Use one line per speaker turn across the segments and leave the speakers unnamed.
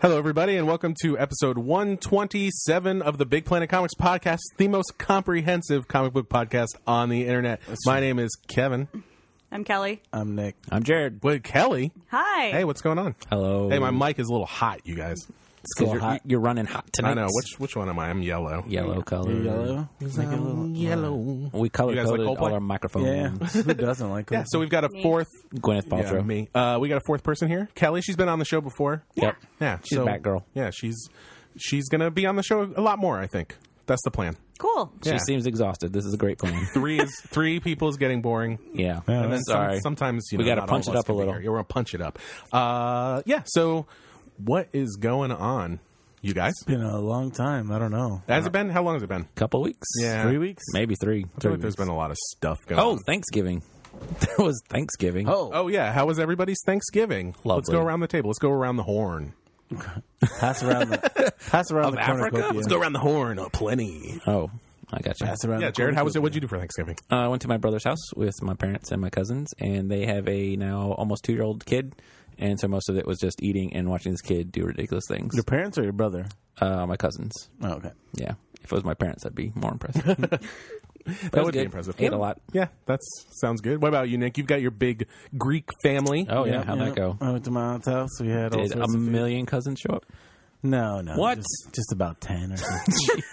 Hello, everybody, and welcome to episode 127 of the Big Planet Comics podcast, the most comprehensive comic book podcast on the internet. My name is Kevin.
I'm Kelly.
I'm Nick.
I'm Jared.
Wait, Kelly?
Hi.
Hey, what's going on?
Hello.
Hey, my mic is a little hot, you guys.
It's 'cause you're,
hot.
you're running hot tonight.
I know. Which which one am I? I'm yellow.
yellow color?
Yellow. Make it a little-
Yellow.
We color
You guys like
coded
Coldplay?
all our microphones.
Yeah. Who doesn't like
Yeah, so we've got a fourth.
Gwyneth
Yeah,
Paltrow.
me. Uh, we got a fourth person here. Kelly, she's been on the show before.
Yep.
Yeah,
She's
so-
Batgirl.
Yeah, she's she's gonna be on the show a lot more. I think that's the plan.
Cool.
Yeah.
She seems exhausted. This is a great plan.
Three is three people is getting boring.
yeah.
And then some-
Sorry.
sometimes you
We
know,
gotta
not all
punch
of
it
us
up
can be
a little.
here. You're gonna punch it up. Uh, yeah. So, what is going on, you guys?
Been a long time. I don't know.
Has it been? How long has it been?
Couple weeks.
Yeah.
Three weeks?
Maybe
I
three.
feel
three
like there's
weeks.
been a lot of stuff going.
oh,
on.
Thanksgiving. There was Thanksgiving.
Oh,
Oh yeah, how was everybody's Thanksgiving? Let's
Lovely.
go around the table. Let's go around the horn.
pass around the pass around
Of
the
Africa?
cornucopia.
Let's
around the horn, a plenty.
Oh, I got you.
Pass around.
Yeah,
the
Jared, how was it?
cornucopia.
What'd you do for Thanksgiving?
Uh, I went to my brother's house with my parents and my cousins, and they have a now almost two year old kid. And so most of it was just eating and watching this kid do ridiculous things.
Your parents or your brother?
Uh, my cousins.
Oh, okay.
Yeah. If it was my parents, I'd be more impressed. that
That would be impressive.
Ate
Yeah.
a lot.
Yeah, that sounds good. What about you, Nick? You've got your big Greek family.
Oh, yeah. How'd that go?
I went to my aunt's house. We had all
Did a
sorts of food.
million cousins show up?
No, no.
What?
Just, just about ten or something.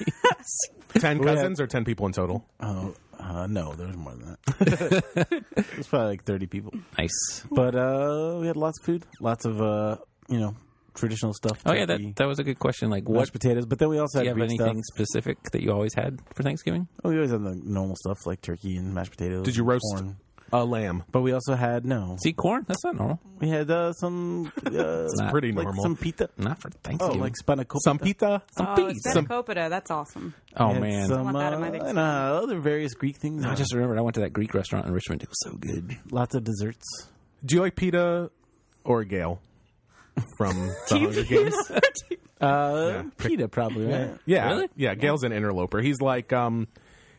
ten cousins or ten people in total.
oh, uh, no, there was more than that. it was probably like thirty people.
Nice.
But uh, we had lots of food, lots of uh, you know, traditional stuff.
Oh, yeah.
turkey,
That, that was a good question. Like, what
mashed potatoes. But then we also
do you
had
have
Greek
anything
stuff.
specific that you always had for Thanksgiving?
Oh, we always had the normal stuff like turkey and mashed potatoes.
Did you
and
roast
corn.
a lamb?
But we also had no.
See, corn? That's not normal.
We had uh, some uh,
not
Pretty
like
normal.
some pita.
Not for
Oh,
Thanksgiving.
like spanakopita.
Some pita.
Oh, it's
Some-
Cornucopia. That's awesome.
oh,
We had
man.
Some,
want that in my
uh,
next
and, uh, other various Greek things.
I
Uh,
just remembered I went to that Greek restaurant in Richmond. It was so good.
lots of desserts.
Do you like pita or Gail from The Hunger Games?
Uh,
Yeah.
Pita probably. Right?
Yeah,
Really?
yeah. Gail's an interloper. He's like, um,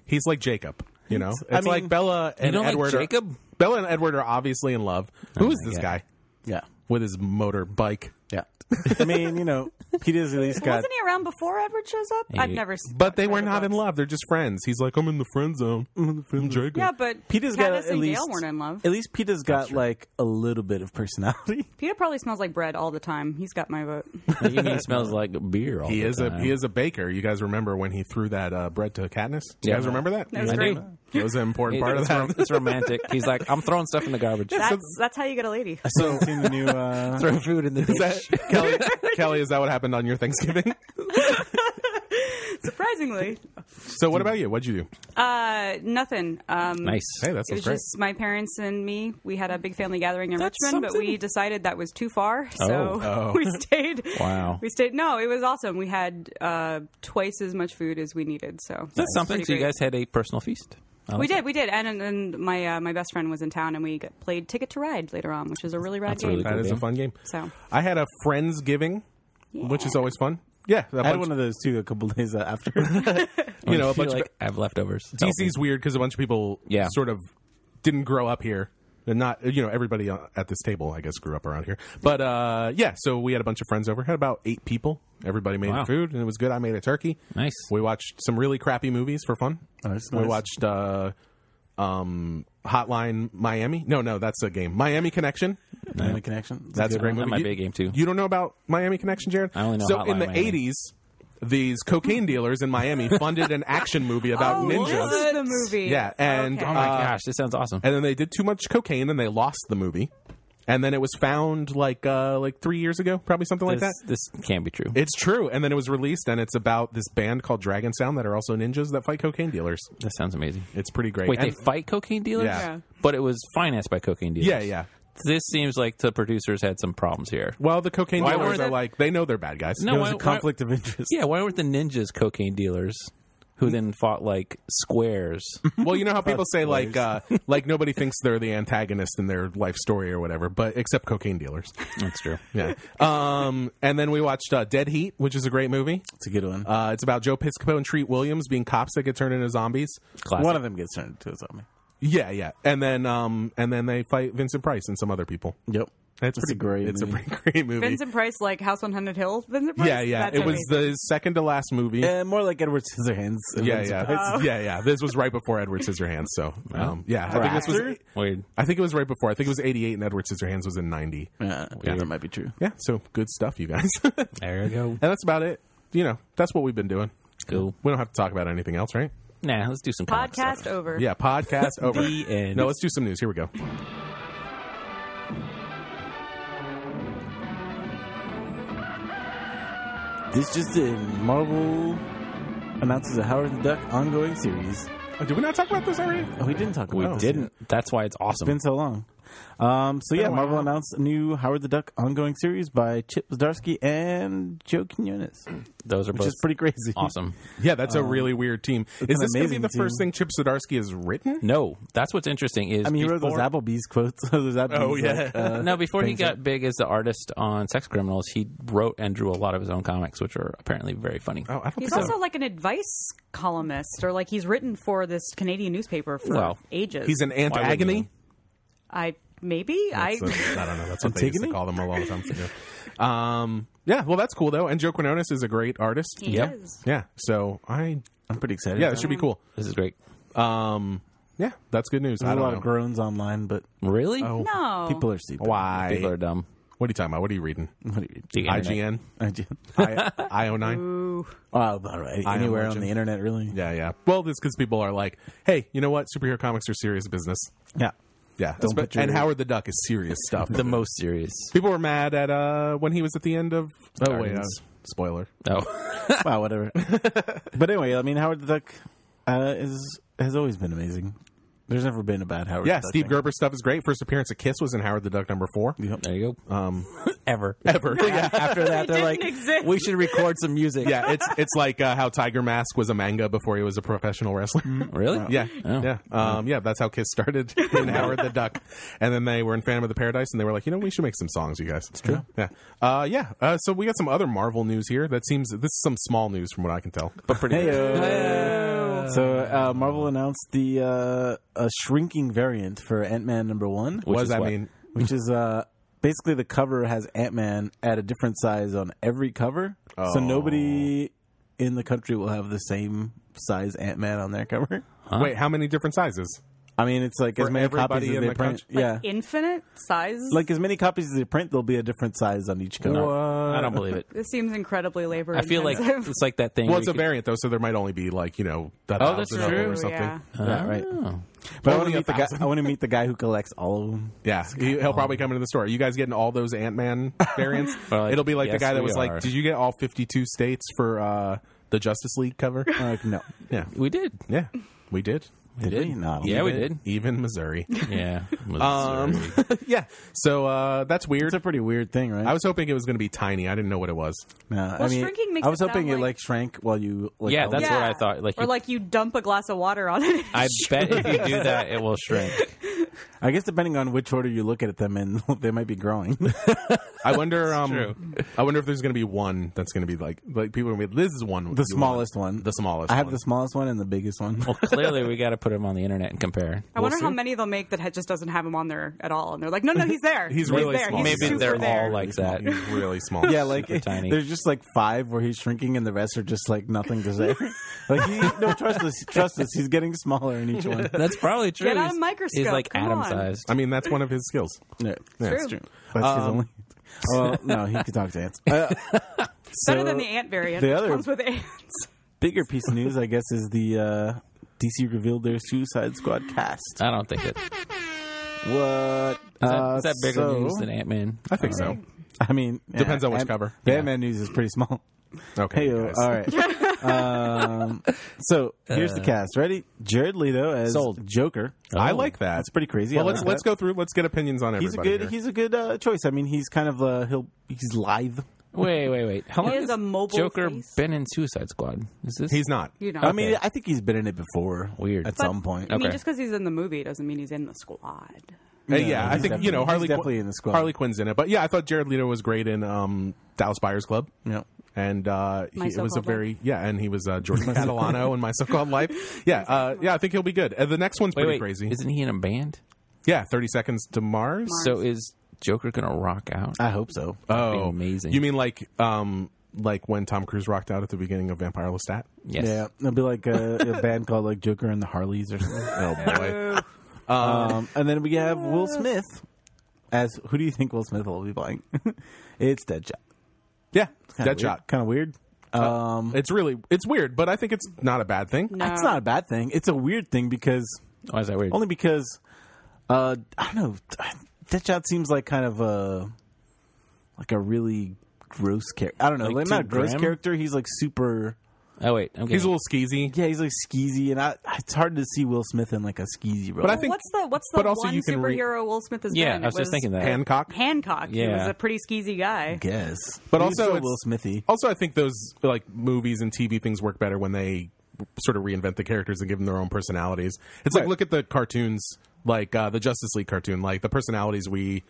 he's like Jacob. You know, it's
I mean-
like Bella and
don't like
Edward. are-
Jacob?
Bella and Edward are obviously in love. Who is
my
this
God.
guy
Yeah.
with his motorbike?
Yeah. I mean, you know, Pita's at least got.
Wasn't he around before Edward shows up? I've
He-
never. s-
But they
read
were
the
not in
books.
love. They're just friends. He's like, I'm in the friend zone. I'm in the friend zone.
Yeah, but
Pita's got
Katniss
at
and
least.
Gale weren't in love.
At least Pita's got like a little bit of personality.
Peter probably smells like bread all the time. He's got my vote.
Like, you mean it smells like beer all
He
the
is
time.
a he is a baker. You guys remember when he threw that uh, bread to Katniss? Do you
Yeah.
guys remember that?
That was
I do.
great.
That was an important part of
it's, rom-
that.
it's romantic. He's like, I'm throwing stuff in the garbage.
That's that's how you get a lady.
I still haven't seen the new. Uh,
Throw food in the dish.
Is that- Kelly, Kelly, is that what happened on your Thanksgiving?
Surprisingly,
So, what about you? What'd you do?
uh, nothing. Um,
nice.
Hey, that
It was
sounds great.
just my parents and me. We had a big family gathering in
That's
Richmond, but we
something.
decided that was too far, so
Oh.
we stayed.
Wow.
we stayed. No, it was awesome. We had uh, twice as much food as we needed. So
That's something.
Pretty
So you
great.
guys had a personal feast. I
We
like
did, we did, and and, and my uh, my best friend was in town, and we got, played Ticket to Ride later on, which is a really rad
That's
game.
really
That
Cool
is a
game.
fun game.
So.
I had a friendsgiving, which is always fun. Yeah, a
I had
bunch-
one of those too a couple days uh, after.
that.
you know, a
I feel
bunch of-
like I have leftovers.
DC's weird because a bunch of people
Yeah.
sort of didn't grow up here. And not you know everybody uh, at this table I guess grew up around here, but uh, yeah. So we had a bunch of friends over. Had about eight people. Everybody made
Wow.
food and it was good. I made a turkey.
Nice.
We watched some really crappy movies for fun.
Oh, that's
we
nice.
watched uh, um, Hotline Miami. No, no, that's a game. Miami Connection.
Family connection. Is that
That's a
That
great
might
movie.
be
You-
a game, too.
You don't know about Miami Connection, Jared?
I only know
So
Hotline
in the
Miami.
'80s, these cocaine dealers in Miami funded an action movie about
Oh,
ninjas.
this is the movie.
Uh, Yeah, and
Okay.
Oh my
uh,
gosh, this sounds awesome.
and then they did too much cocaine, and they lost the movie. And then it was found like uh, like three years ago, probably something like
This,
that.
this can be true.
It's true. And then it was released, and it's about this band called Dragon Sound that are also ninjas that fight cocaine dealers.
That sounds amazing.
It's pretty great.
Wait,
And-
they fight cocaine dealers?
Yeah. Yeah.
But it was financed by cocaine dealers.
yeah, yeah.
This seems like the producers had some problems here.
Well, the cocaine
Why
dealers
weren't
are
it-
like they know they're bad guys.
No,
It was
why-
a conflict of interest.
Yeah, why weren't the ninjas cocaine dealers who then fought like squares?
Well, you know how people say like uh, like nobody thinks they're the antagonist in their life story or whatever, but except cocaine dealers.
That's true.
Yeah. Um, and then we watched uh, Dead Heat, which is a great movie.
It's a good one.
Uh, it's about Joe Piscopo and Treat Williams being cops that get turned into zombies.
Classic.
one of them gets turned into a zombie.
Yeah, yeah. And then um, and then they fight Vincent Price and some other people.
Yep.
It's
That's
pretty
a great
It's
movie.
a pretty great movie.
Vincent Price, like House on Hundred Hill. Vincent Price.
yeah, yeah.
That's
It was
amazing.
the second to last movie.
Uh, more like Edward Scissorhands.
yeah, yeah,
Oh.
yeah, yeah. This was right before Edward Scissorhands, so um, yeah, I think this was.
Right.
Weird.
I think it was right before. I think it was '88, and Edward Scissorhands was in '90.
Yeah, yeah, that might be true.
Yeah, so good stuff, you guys. and
There we go.
that's about it. You know, that's what we've been doing.
Cool.
We don't have to talk about anything else, right?
Nah, let's do some comic
podcast
stuff.
over.
Yeah, podcast over.
The end.
No, let's do some news. Here we go.
This just in. Marvel announces a Howard the Duck ongoing series.
Oh, Did we not talk about this already?
Oh, we didn't talk about
We
this yet.
didn't. That's why it's
It's
awesome.
been so long. Um, so yeah,
a
Marvel
while.
announced a new Howard the Duck ongoing series by Chip Zdarsky and Joe Quinones,
Those are
which
both
is pretty crazy.
awesome.
Yeah, that's a really weird team. Is
an
this going to be
amazing
the first
team.
thing Chip Zdarsky has written?
No, that's what's interesting is
I mean, he wrote
before,
those Applebee's quotes. those Applebee's,
Oh, yeah.
like, uh,
no, before he
things
got big as the artist on Sex Criminals, he wrote and drew a lot of his own comics, which are apparently very funny.
Oh, I don't think
He's
so.
also like an advice columnist, or like he's written for this Canadian newspaper for
Well,
ages.
He's an
Why wouldn't
antagony.
you?
I maybe I.
That's- I don't know. That's what they used to
Antigone?
call them a long time ago. Um, yeah, well, that's cool though. And Joe Quinones is a great artist.
He
Yep.
is.
Yeah, so I
I'm pretty excited.
yeah,
about
this should
it.
be cool.
This is great.
Um, yeah, that's good news. I
There's a
don't
lot
know
of groans online, but
Really?
Oh.
No.
people are stupid.
why.
People are dumb.
What are you talking about? What are you reading?
What do you-
The internet.
IGN,
I do-
I, IO9.
Ooh.
Well, all right.
I am
Anywhere on
Legend.
the internet, really.
Yeah, yeah. Well, this because people are like, hey, you know what? Superhero comics are serious business.
Yeah.
Yeah,
Don't
Espe-
put your-
and Howard the Duck is serious stuff.
The most serious.
People were mad at uh when he was at the end of oh wait, uh,
Guardians.
spoiler.
Oh,
wow, whatever. but anyway, I mean, Howard the Duck uh, is has always been amazing. There's never been a bad Howard.
Yeah,
the Duck
Steve
thing.
Gerber stuff is great. First appearance of Kiss was in Howard the Duck number four.
there you go.
Um,
Ever.
ever. yeah.
After that, they're
didn't
like,
exist.
we should record some music.
yeah, it's it's like uh, how Tiger Mask was a manga before he was a professional wrestler.
Really?
Yeah,
Oh.
yeah, um, yeah. That's how Kiss started in Howard the Duck, and then they were in Phantom of the Paradise, and they were like, you know, we should make some songs, you guys. It's true. Yeah, uh, yeah. Uh, so we got some other Marvel news here. That seems this is some small news from what I can tell.
But pretty
Heyo. So uh, Marvel announced the uh, a shrinking variant for Ant Man number one,
Which
was
is
I
what?
mean,
which is uh, basically the cover has Ant Man at a different size on every cover, so
Oh.
nobody in the country will have the same size Ant Man on their cover.
wait, how many different sizes?
I mean, it's like
For
as many
everybody
copies as
in
they
the
print.
country?
Yeah,
Infinite size.
like as many copies as they print, there'll be a different size on each cover.
I don't believe it.
this seems incredibly labor.
I feel like
intensive.
it's like that thing.
Well,
where
it's
you
a variant though, so there might only be like you know, a
Oh, that's
thousand of them
true,
or something.
Yeah.
could-
Yeah, Uh, right.
Oh.
But I
Only
want to
a
meet the guy.
thousand.
I want to meet the guy who collects all of them.
Yeah, he, he'll probably come into the store. Are you guys getting all those Ant Man variants?
We're like,
It'll be like
"Yes,
the guy that
we
was
are."
like, "Did you get all fifty-two states for uh, the Justice League cover?"
I'm like, no,
yeah,
We did.
yeah, we did,
We
Did we? No, I don't
yeah, we did.
think
even Missouri.
Yeah.
Um, yeah, so uh, that's
it's
weird.
a pretty weird thing, right?
I was hoping it was going to be tiny. I didn't know what it was.
No, I
Well,
mean,
shrinking makes
I was
it
hoping
sound
it
like-
like shrank while you. Like,
Yeah,
held
that's
it.
what I thought, like
or
you-
like you dump a glass of water on it.
I bet if you do that, it will shrink.
I guess depending on which order you look at them in, they might be growing.
I wonder. um,
true.
I wonder if there's going to be one that's going to be like like people are going to be. This is one.
the smallest one.
The smallest.
I have
one. Oh,
the smallest one and the biggest one.
Well, clearly we got to put them on the internet and compare.
I wonder how
see.
many they'll make that ha- just doesn't have him on there at all, and they're like, no, no, he's there.
He's really
there.
small.
He's
Maybe
super
they're
there.
all like that.
He's really small.
yeah, like
Super tiny.
there's just like five where he's shrinking, and the rest are just like nothing to say. like he, no, trust us, trust us. He's getting smaller in each one.
That's probably true.
Get out a
He's-
microscope,
He's like
come
atom
on.
sized.
I mean, that's one of his skills.
Yeah,
that's
that's
true.
true. That's his only. Well, no, he could talk to ants. Uh,
better
so-
than the ant variant.
the
which
other-
comes with ants.
bigger piece of news, I guess, is the uh, DC revealed their Suicide Squad cast.
I don't think it. Is
What?
that, is
Uh,
that bigger news than Ant Man?
I think so.
Uh, I mean,
Depends on which
Ant-
cover.
The
Yeah.
Ant-Man news is pretty small.
Okay,
Hey, uh,
you
all
guys. Uh.
right. um, so here's the cast. Ready? Jared Leto as
Sold.
Joker.
I like that.
That's pretty crazy.
Well,
I
let's
like
let's
that.
go through. Let's get opinions on
He's a
everybody.
good.
here.
He's a good uh, choice. I mean, he's kind of uh, he'll he's lithe.
Wait, wait, wait. How long
is
has
a mobile
Joker
face.
been in Suicide Squad? Is this?
He's not.
You know.
I mean, I think he's been in it before.
Weird.
At
But-
some point.
I mean,
Okay.
just because he's in the movie doesn't mean he's in the squad.
Uh, yeah, I
he's
think you know
definitely-
Harley.
he's definitely in the squad.
Harley Quinn's in it, but yeah, I thought Jared Leto was great in um, Dallas Buyers Club,
Yeah.
and uh, he,
My
it was a
So-Called
very yeah, and he was uh, Jordan Catalano in My So Called Life. Yeah, uh, yeah, I think he'll be good. Uh, the next one's
Wait,
pretty
wait.
crazy.
Isn't he in a band?
yeah, Thirty Seconds to Mars.
So is Joker gonna rock
Uh,
out?
I hope so.
That'd be
Oh,
amazing.
You mean like um like when Tom Cruise rocked out at the beginning of Vampire Lestat?
yes.
Yeah, it'll be like a, a band called like Joker and the Harleys or something.
Oh boy.
Um, and then we have Will Smith as who do you think Will Smith will be playing? it's Deadshot.
yeah, Deadshot.
Kind of weird. Um,
It's really it's weird, but I think it's not a bad thing.
No.
it's not a bad thing. It's a weird thing because
Why is that weird?
only because uh, I don't know. Deadshot seems like kind of a like a really gross character. I don't know.
Like
Like
too
not a gross
grim?
character. He's like super.
oh wait, I'm
He's a
getting-
little skeezy.
Yeah, he's like skeezy, and I, it's hard to see Will Smith in like a skeezy role.
But I think
what's the what's the
but also
one
you can re-
superhero Will Smith has
yeah.
been?
I was
It
just thinking that.
Hancock.
Hancock. He
Yeah.
was a pretty skeezy guy.
guess,
But
He's
also
so
it's-
Will Smithy.
Also, I think those like movies and TV things work better when they sort of reinvent the characters and give them their own personalities. It's like
Right.
look at the cartoons, like uh, the Justice League cartoon. Like the personalities we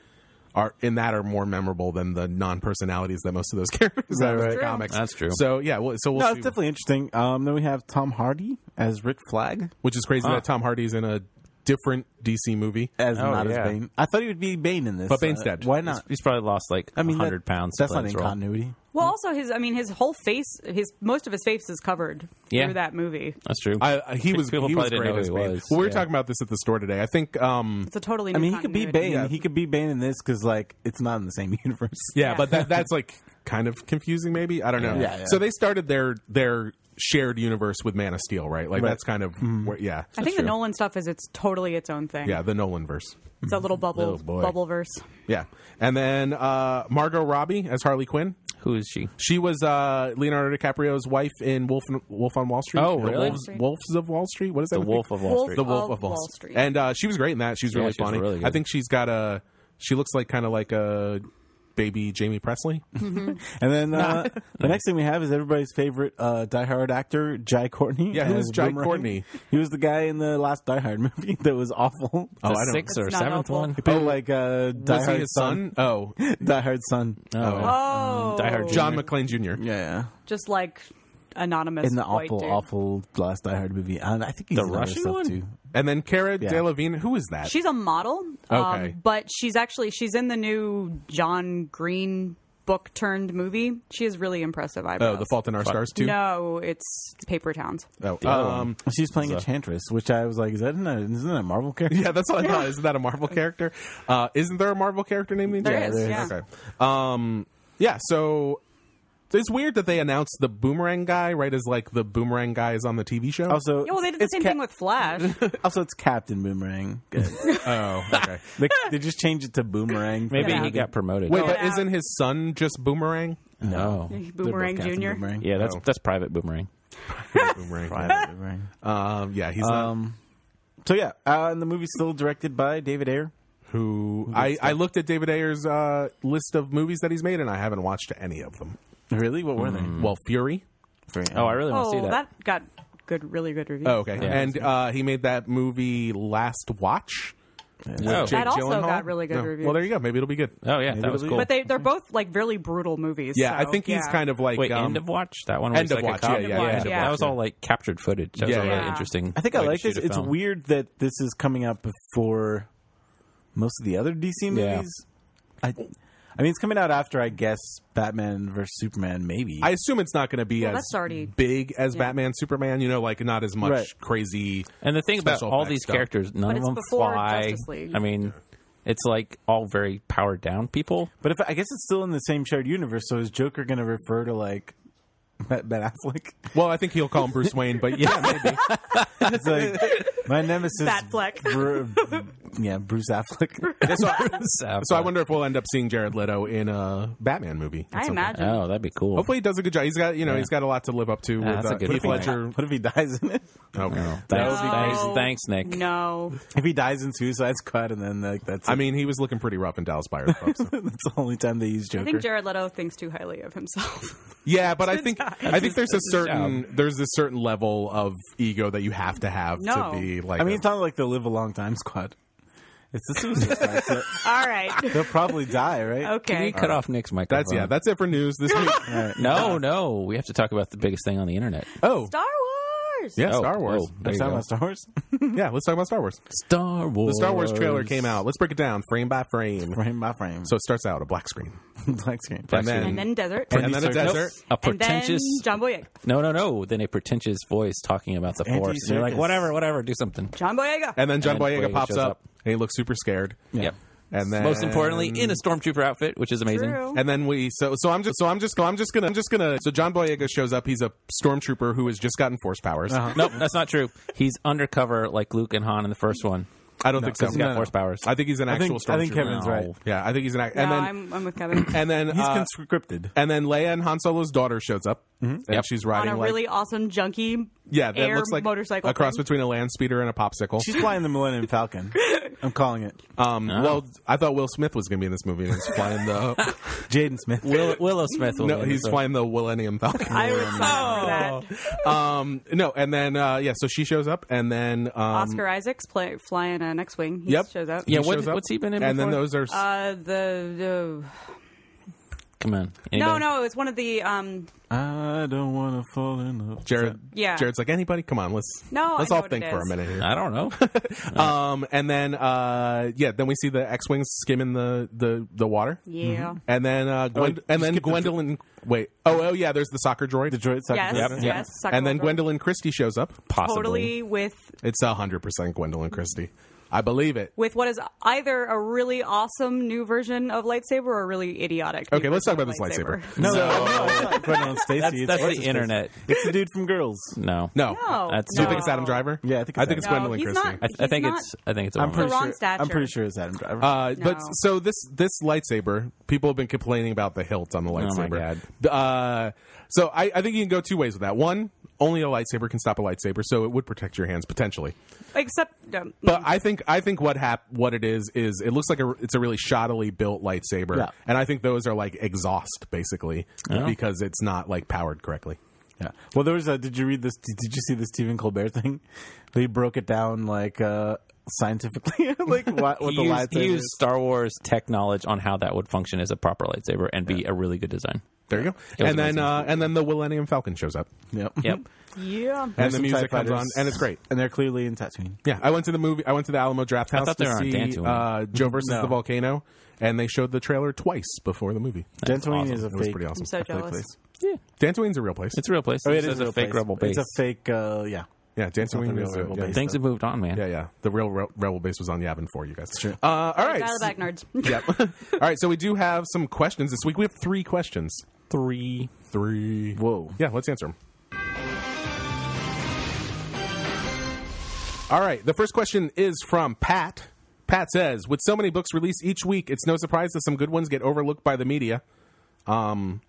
are in that are more memorable than the non-personalities that most of those characters have in
right.
the
True.
comics.
That's true.
So yeah, well, so we'll
no,
see.
it's definitely interesting. Um, then we have Tom Hardy as Rick Flag
Which is crazy that Tom Hardy's in a different DC movie.
as
Oh,
not
yeah.
as Bane. I thought he would be Bane in this,
But Bane's
Uh,
dead.
Why not?
He's probably lost like
I mean, that-
hundred pounds.
That's not
playing
in
this role.
continuity.
Well, also his I mean his whole face, his most of his face is covered
Yeah.
through that movie.
That's true.
I, I- he was
People
he
probably
was
didn't
great
know
as
who he
Bane.
was.
Well, we were
Yeah.
talking about this at the store today. I think um,
It's a totally. New
I mean, he could be Bane.
continuity.
He could be Bane in this because like it's not in the same universe.
Yeah,
Yeah.
but that, that's like kind of confusing, maybe. I don't know.
Yeah, yeah.
So they started their their shared universe with Man of Steel, right? Like
Right.
that's kind of
Mm-hmm.
where, yeah,
I think the Nolan stuff is it's totally its own thing.
yeah, the Nolan verse.
It's a little bubble
Oh,
Little boy.
bubble verse.
Yeah, and then uh, Margot Robbie as Harley Quinn.
who is she?
She was uh, Leonardo DiCaprio's wife in Wolf Wolf on Wall Street.
Oh,
The
really?
Wolves, Wolves of Wall Street. What is that?
The
I think?
Wolf of Wall
Wolf-
Street.
The Wolf of,
of
Wall,
Oh, Wall
Street.
Street.
And uh, she was great in that. She's
Yeah,
really
she was
funny.
really good.
I think she's got a. She looks like kind of like a baby Jamie Presley.
And then uh, the next thing we have is everybody's favorite uh, Die Hard actor, Jai Courtney.
Yeah, who's
as
Jai
Boomerang.
Courtney?
He was the guy in the last Die Hard movie that was awful.
Oh,
the
I don't-
sixth or
That's not
seventh
helpful.
one.
He played like uh, Die
was
Hard
he his son? Oh,
Die Hard son.
Um,
Oh,
Oh,
Die Hard
John McClane Jr.
Yeah, yeah.
just like anonymous
In the
white
awful,
dude.
awful last Die Hard movie, and I think he's
The
in other
Russian
stuff,
one?
too.
And then Cara
Yeah.
Delevingne, who is that?
She's a model,
Okay.
um, but she's actually she's in the new John Green book turned movie. She has really impressive
oh,
eyebrows.
The Fault in Our Stars too.
No, it's Paper Towns.
Oh,
other
um,
She's playing Enchantress, which I was like, is that in a, isn't that a Marvel character?
yeah, that's all I thought. Isn't that a Marvel character? Uh, isn't there a Marvel character named the
There
Enchantress?
is, yeah.
Okay. Um, yeah. So it's weird that they announced the Boomerang guy right as like the Boomerang guy is on the TV show.
Also,
Yeah, well, they did the
it's
same
Cap-
thing with Flash.
Also, it's Captain Boomerang. Good.
oh, okay.
they, they just changed it to Boomerang.
maybe
Yeah.
he got promoted.
Wait,
Get
but
out.
isn't his son just Boomerang?
no.
They're both
Boomerang
Captain
Junior.
Boomerang.
Yeah, that's
Oh.
No.
that's private boomerang.
Boomerang.
Private Boomerang.
Um, yeah, he's not
Um, so yeah, uh, and the movie's still directed by David Ayer.
who I, I looked at David Ayer's uh, list of movies that he's made, and I haven't watched any of them.
Really? What were
Well, Fury.
they?
Oh, I really want to
Oh,
see
that.
that.
got good, really good reviews.
Oh, okay.
Yeah.
and uh, he made that movie Last Watch.
Oh.
Jake
That also
Gyllenhaal.
got really good reviews.
Well, there you go. Maybe it'll be good.
Oh yeah, that was
it'll be-
cool.
But they they're both like really brutal movies.
Yeah,
so,
I think he's
yeah.
kind of like
Wait,
um,
end of watch that one. Was
End of
like
Watch,
A cop?
yeah,
yeah, End of Watch, yeah.
That was all like captured footage. That was
Yeah,
all really
yeah.
interesting.
I think I
way to
like this.
shoot a
It's
film.
weird that this is coming out before most of the other DC
Yeah.
movies. I, I mean, it's coming out after, I guess, Batman versus Superman. Maybe
I assume it's not going to be
Well,
as
that's already-
big as Batman Superman. You know, like not as much
Right.
crazy.
And the thing about
special
all
effects
these
stuff.
characters, none
But
of
it's
them
before
fly.
Justice League.
I mean, it's like all very powered down people.
but if I guess it's still in the same shared universe. So is Joker going to refer to like Ben Ben Affleck?
Well, I think he'll call him Bruce Wayne, but yeah, maybe.
It's like my nemesis,
Batfleck.
Bru- yeah, Bruce Affleck.
so,
So,
so I wonder if we'll end up seeing Jared Leto in a Batman movie. at
I
some point.
imagine.
Uh,
Oh, that'd be cool.
Hopefully, he does a good job. He's got you know
Yeah.
he's got a lot to live up to
Yeah,
with
that's a
uh,
good
Heath
point.
Ledger.
What if he dies in it?
Okay.
That
No.
thanks, thanks, Nick.
No,
If he dies in Suicide Squad, and then like that's
I
it.
mean, he was looking pretty rough in Dallas Buyers Club. so-
that's the only time they use Joker.
I think Jared Leto thinks too highly of himself.
Yeah, but I think I think there's a
That's his
certain there's a certain level of ego that you have to have
No.
to be like.
I mean,
a-
it's not like the Live a Long Time Squad. It's the Suicide Squad. So
All right.
they'll probably die, right?
Can
Okay.
you cut off Nick's microphone?
that's yeah. That's it for news this week.
All right.
no, no. We have to talk about the biggest thing on the internet.
Oh,
Star Wars.
Yeah,
Oh,
Star Wars.
oh, there
Next
you
time
go.
on Star Wars.
Yeah, let's talk about Star Wars.
Star Wars.
The Star Wars trailer came out. Let's break it down frame by frame.
frame by frame.
So it starts out a black screen,
black screen.
and then,
And then desert.
and then a
Circus.
desert,
A
And then
pretentious.
John Boyega.
No, no, no. Then a pretentious voice talking about the
Andy
force. And you're like,
Serkis.
whatever, whatever, do something.
John Boyega.
and then John
And then
Boyega
Boyega
pops
shows
up,
up.
and he looks super scared.
Yep.
And then,
Most importantly, in a stormtrooper outfit, which is amazing.
True.
And then we so so I'm just so I'm just I'm just gonna I'm just gonna so John Boyega shows up. He's a stormtrooper who has just gotten force powers.
Nope, that's not true. He's undercover like Luke and Han in the first one.
I don't think so.
'cause he's got force powers.
I think he's an
I
actual
think-
stormtrooper.
I think Kevin's
No.
right.
Yeah, I think he's an act.
no,
and then
I'm, I'm with Kevin.
and then
He's
uh,
conscripted.
and then Leia and Han Solo's daughter shows up, and
Mm-hmm. Yep.
she's
On
riding
a
like
really awesome junkie.
yeah, that
air
looks like
motorcycle
a cross
thing.
between a land speeder and a popsicle.
She's flying the Millennium Falcon. I'm calling it.
Um, Well, I thought Will Smith was going to be in this movie, and he's flying the
Jaden Smith.
Will, Willow Smith. Will
no,
be in
he's
this one.
flying the Millennium Falcon.
I was excited for that.
um, no, and then uh, yeah, so she shows up, and then um,
Oscar Isaac's play, flying an X-wing. He
Yep.
shows up.
Yeah, what-
shows up,
what's he been in
And then
before?
those are s-
Uh, the,
Come on.
the no,
Anybody?
no, it's one of the um.
I don't want to fall in love.
Jared.
yeah.
Jared's like anybody. Come on, let's
No,
let's
I know
all
what
think
it
for a
is.
minute here.
I don't know.
Um, and then uh, yeah, then we see the X wings skimming the the the water,
Yeah.
and then
Oh,
uh, Gwend- and then Gwendolyn. wait, oh oh yeah, there's the soccer droid.
The droid
Yes. Yes. suck
and then
little girl.
Gwendolyn Christie shows up.
Possibly.
Totally with
It's hundred percent Gwendolyn Christie. I believe it.
with what is either a really awesome new version of lightsaber or a really idiotic. new
Okay, let's talk
version
about
of
this lightsaber.
No, no, no, it's not Gwendolyn Stacy.
That's,
it's
that's
Orson
the
Stacy.
internet.
It's the dude from Girls.
No.
No,
No,
That's-
Do you
no.
think it's Adam Driver?
Yeah, I think it's
I think
Adam.
it's
No,
Gwendolyn
he's
Christie.
not-
I, th- I
He's
think
not-
it's. I think it's.
I'm pretty
wrong
sure. I'm
stature.
pretty sure it's Adam Driver.
Uh, But
No.
so this this lightsaber, people have been complaining about the hilt on the
Oh,
lightsaber. Uh, so I, I think you can go two ways with that. One, only a lightsaber can stop a lightsaber, so it would protect your hands potentially.
Except, um,
But I think I think what hap- what it is is it looks like a, it's a really shoddily built lightsaber,
Yeah.
and I think those are like exhaust basically because it's not like powered correctly.
Yeah. Well, there was a. Did you read this? Did did you see the Stephen Colbert thing? They broke it down like uh, scientifically, like what, what
he
the
used, he
lightsaber
used
is.
Star Wars tech knowledge on how that would function as a proper lightsaber and be a really good design.
There you go.
was
and then
amazing.
uh, and then the Millennium Falcon shows up,
Yep.
Yep.
yeah.
and
There's
the
some
music
TIE
comes on,
fighters.
and it's great.
And they're clearly in Tatooine.
Yeah, I went to the movie. I went to the Alamo Draft House
thought they
to
were on
see
Dantooine.
uh, Joe versus
No.
the volcano, and they showed the trailer twice before the movie.
Tatooine
awesome.
is a
It was
fake.
pretty awesome.
I'm so
fake
jealous.
place.
Dantooine's a real place.
It's a real place.
Oh, it
It's
is
a
real
fake
place.
rebel base.
It's a fake. Uh, yeah.
yeah,
not
Dantooine
the
is a yeah.
real rebel base.
Things have moved on, man.
Yeah, yeah. The real re- rebel base was on Yavin Four. You guys. Uh, all right.
Out of the back, nerds.
Yep. all right. So we do have some questions this week. We have three questions.
Three.
Three.
Whoa.
Yeah. Let's answer them. All right. The first question is from Pat. Pat says, "With so many books released each week, it's no surprise that some good ones get overlooked by the media." Um,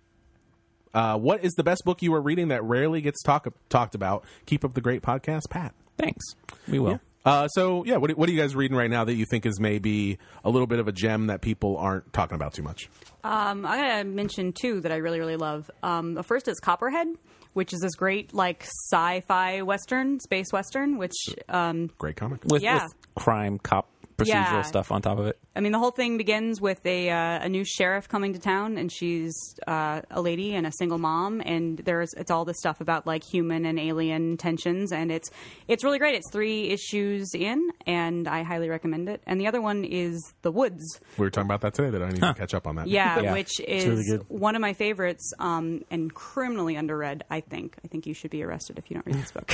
uh, what is the best book you are reading that rarely gets talk- talked about? Keep up the great podcast, Pat.
Thanks. We will.
Uh, so yeah, what, what are you guys reading right now that you think is maybe a little bit of a gem that people aren't talking about too much?
Um, I'm gonna mention two that I really, really love. Um, the first is Copperhead, which is this great like sci-fi western, space western. Which um,
Great comic.
With,
Yeah.
with crime, cop, procedural
Yeah.
stuff on top of it.
I mean, the whole thing begins with a uh, a new sheriff coming to town, and she's uh, a lady and a single mom, and there's it's all this stuff about like human and alien tensions, and it's it's really great. It's three issues in, and I highly recommend it. And the other one is The Woods.
We were talking about that today. That I need to catch up on that.
Yeah,
Yeah.
which is
really good.
one of my favorites um, and criminally underread, I think. I think you should be arrested if you don't read this book.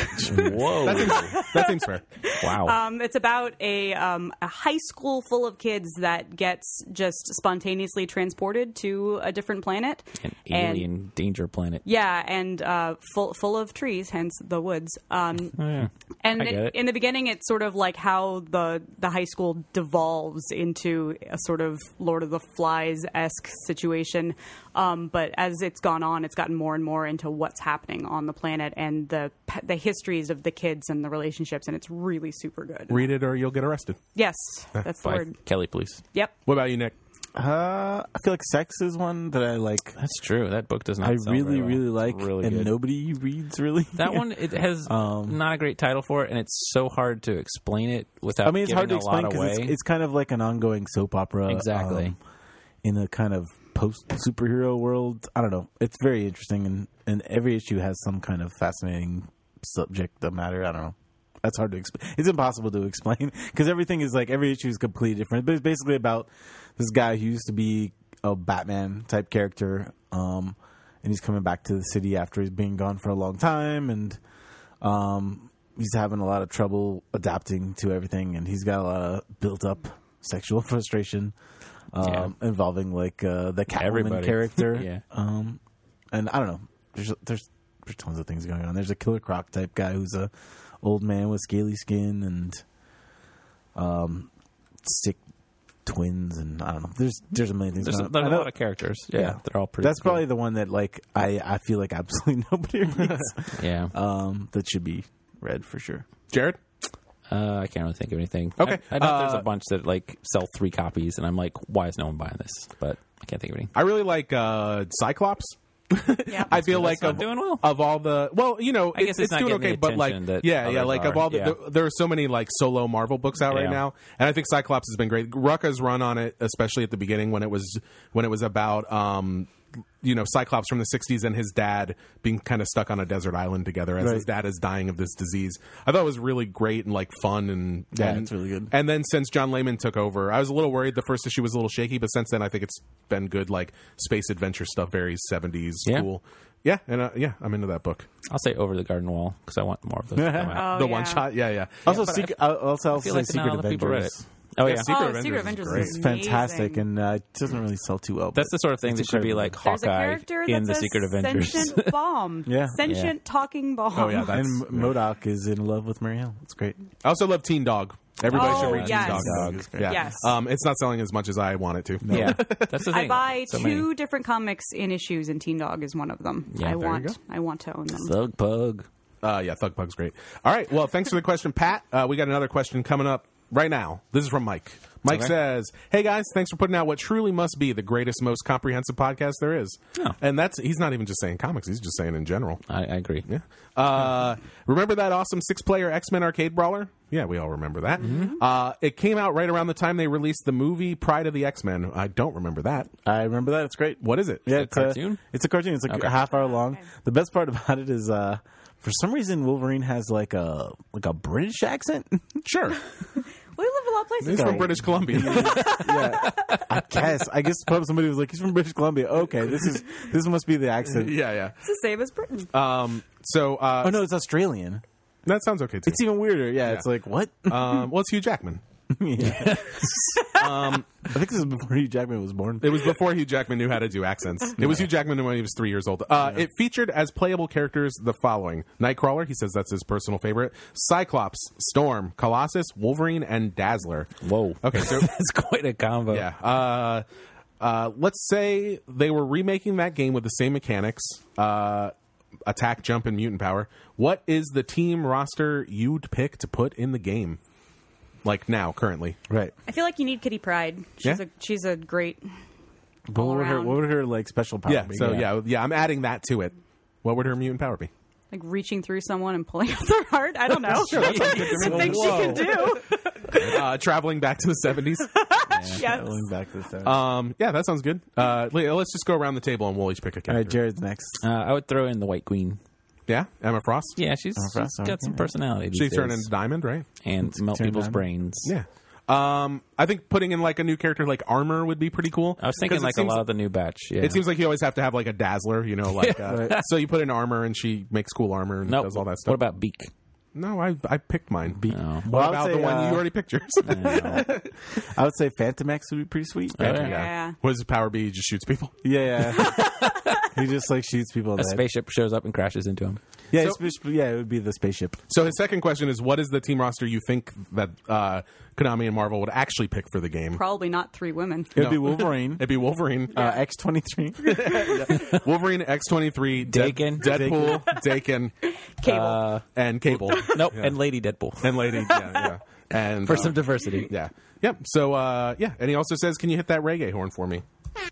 Whoa.
that seems, that seems fair.
wow.
um, it's about a, um, a high school full of kids that gets just spontaneously transported to a different planet.
An
and-
alien danger planet.
Yeah, and uh, full full of trees, hence the woods. Um,
Oh, Hmm.
And
I get
it-
it.
in the beginning, it's sort of like how the the high school devolves into a sort of Lord of the Flies esque situation. Um, but as it's gone on, it's gotten more and more into what's happening on the planet and the p- the histories of the kids and the relationships, and it's really super good.
Read it or you'll get arrested.
yes, that's the
By
word.
Kelly Police.
Yep.
What about you, Nick?
Uh, I feel like sex is one that I like.
That's true. That book does not.
I
sell
really,
very well.
really
It's
like,
Really
and Um,
good.
nobody reads really.
That one it has not a great title for it, and it's so hard to explain it without.
I mean, it's hard to
giving
explain
a lot
because it's,
away.
it's kind of like an ongoing soap opera.
Exactly.
um, in a kind of post superhero world, I don't know. It's very interesting, and and every issue has some kind of fascinating subject the matter. I don't know. That's hard to explain. It's impossible to explain because everything is like every issue is completely different. But it's basically about this guy who used to be a Batman type character, um, and he's coming back to the city after he's been gone for a long time, and um, he's having a lot of trouble adapting to everything, and he's got a lot of built up sexual frustration um, involving like uh, the Catwoman
Everybody.
character,
Yeah.
um, and I don't know. There's there's there's tons of things going on. There's a Killer Croc type guy who's a old man with scaly skin and um, sick twins, and I don't know. There's there's a million things.
There's, a,
going on.
there's
I
a
know-
lot of characters. Yeah, they're all pretty.
That's
cool.
probably the one that like I I feel like absolutely nobody reads.
yeah.
um, that should be read for sure.
Jared?
Uh, I can't really think of anything.
Okay,
I, I know there's
uh,
a bunch that like sell three copies, and I'm like, why is no one buying this? But I can't think of any.
I really like uh, Cyclops.
Yeah.
I feel like
That's
of,
not doing well.
of all the well, you know,
I guess
it's, it's
it's not
doing
getting the
okay, but like
attention that
yeah, yeah,
others
like of
are.
all the
Yeah.
there, there are so many like solo Marvel books out right
Yeah.
now, and I think Cyclops has been great. Rucka's run on it, especially at the beginning when it was when it was about um you know Cyclops from the '60s and his dad being kind of stuck on a desert island together as
Right.
his dad is dying of this disease. I thought it was really great and like fun and
Yeah,
and-
it's really good.
and then since John Layman took over, I was a little worried. The first issue was a little shaky, but since then, I think it's been good. Like space adventure stuff, very seventies
Yeah.
cool. Yeah, and uh, yeah, I'm into that book.
I'll say over the garden wall because I want more of those. to come out.
Oh,
the one
yeah.
shot, yeah, yeah.
Also, secret, I, also I'll
I feel like
say
not
Secret
a lot of people read it.
Avengers.
Oh
Yeah,
yeah,
Secret
Oh,
Avengers
Secret
is
Avengers
great.
is
It's fantastic,
amazing.
and uh, it doesn't really sell too well.
that's the
but
sort of thing that
it's
should be
incredible.
like
There's a
Hawkeye
character
in
that's
the
a
Secret Avengers.
sentient bomb.
Yeah.
Sentient talking bomb.
Oh, yeah, that-
And
That's-
M- Modoc is in love with Marielle. It's great.
I also love Teen Dog. Everybody
Oh,
should read
yes.
Teen Dog.
Teen Dog is great.
Yeah,
Yes.
um, it's not selling as much as I want it to.
yeah, that's the thing.
I buy
so
two different comics in issues, and Teen Dog is one of them.
Yeah,
I
there you
want,
go.
I want to own them.
Thug pug.
Uh, yeah, Thug Pug's great. All right. Well, thanks for the question, Pat. Uh, we got another question coming up right now. This is from Mike. Mike
Okay.
says, "Hey guys, thanks for putting out what truly must be the greatest, most comprehensive podcast there is."
Oh.
And that's he's not even just saying comics; he's just saying in general.
I, I agree.
Yeah. Uh, remember that awesome six-player X-Men arcade brawler? Yeah, we all remember that.
Mm-hmm.
Uh, it came out right around the time they released the movie Pride of the X-Men. I don't remember that.
I remember that. It's great.
What is it?
Yeah,
a
it's a
cartoon?
It's a cartoon. It's like
Okay.
a half hour long.
Okay.
The best part about it is, uh, for some reason, Wolverine has like a like a British accent.
Sure.
We live in a lot of places.
He's from British Columbia.
yeah, I guess. I guess probably somebody was like, "He's from British Columbia." Okay, this is this must be the accent.
yeah, yeah.
It's the same as Britain.
Um, so uh,
Oh no, it's Australian.
that sounds okay too.
It's even weirder. Yeah, it's like what?
um, well, it's Hugh Jackman.
Yeah. I think this is before Hugh Jackman was born.
It was before Hugh Jackman knew how to do accents. It was Hugh Jackman when he was three years old. Uh, It featured as playable characters the following Nightcrawler, he says that's his personal favorite, Cyclops, Storm, Colossus, Wolverine, and Dazzler.
Whoa.
Okay, so
that's quite a combo.
yeah. Uh, uh, let's say they were remaking that game with the same mechanics uh, attack, jump, and mutant power. What is the team roster you'd pick to put in the game? Like now, currently.
Right.
I feel like you need Kitty Pride. She's
Yeah.
a she's a great.
But what would her
around.
what would her like special power
Yeah,
be?
so yeah, yeah, I'm adding that to it. What would her mutant power be?
Like reaching through someone and pulling out their heart. I don't know.
Sure, that sounds good to me.
Something she
Whoa.
can do.
uh, traveling back to the 70s.
Yes.
Going back to the
Um, yeah, that sounds good. Uh, le- let's just go around the table and we'll each pick a
All right,
character.
Jared's next.
Uh, I would throw in the White Queen.
yeah, Emma Frost.
Yeah, she's,
for
she's
us,
got some
okay.
personality. these
Oh, She turned
days.
into Diamond, right?
and melt
turned
people's
on.
brains.
Yeah. Um, I think putting in like a new character like Armor would be pretty cool.
I was
'Cause
thinking
it
like
seems-
a lot of the new batch. Yeah.
It seems like you always have to have like a dazzler, you know, like uh, so you put in armor and she makes cool armor and
no.
does all that
What
stuff.
about Beak?
no, I I picked mine. Be-
No.
What
Well, I would
about the
say,
one
uh,
you already picked yours?
I would say Phantom X would be pretty sweet.
yeah.
Yeah.
What does his power be? He just shoots people.
Yeah, yeah. he just like shoots people. in
A
the head.
spaceship shows up and crashes into him.
Yeah,
So-
it's- yeah, it would be the spaceship.
So his second question is, what is the team roster you think that uh, Konami and Marvel would actually pick for the game?
Probably not three women.
It would be Wolverine,
It'd be Wolverine,
uh, X twenty three,
Wolverine, X twenty three,
Dakin.
Deadpool, Dakin,
Cable.
Uh,
and Cable,
Nope. And Lady Deadpool
and Lady. Yeah, yeah. And
for
uh,
some diversity.
yeah, yep. So uh, yeah, and he also says, "Can you hit that reggae horn for me?"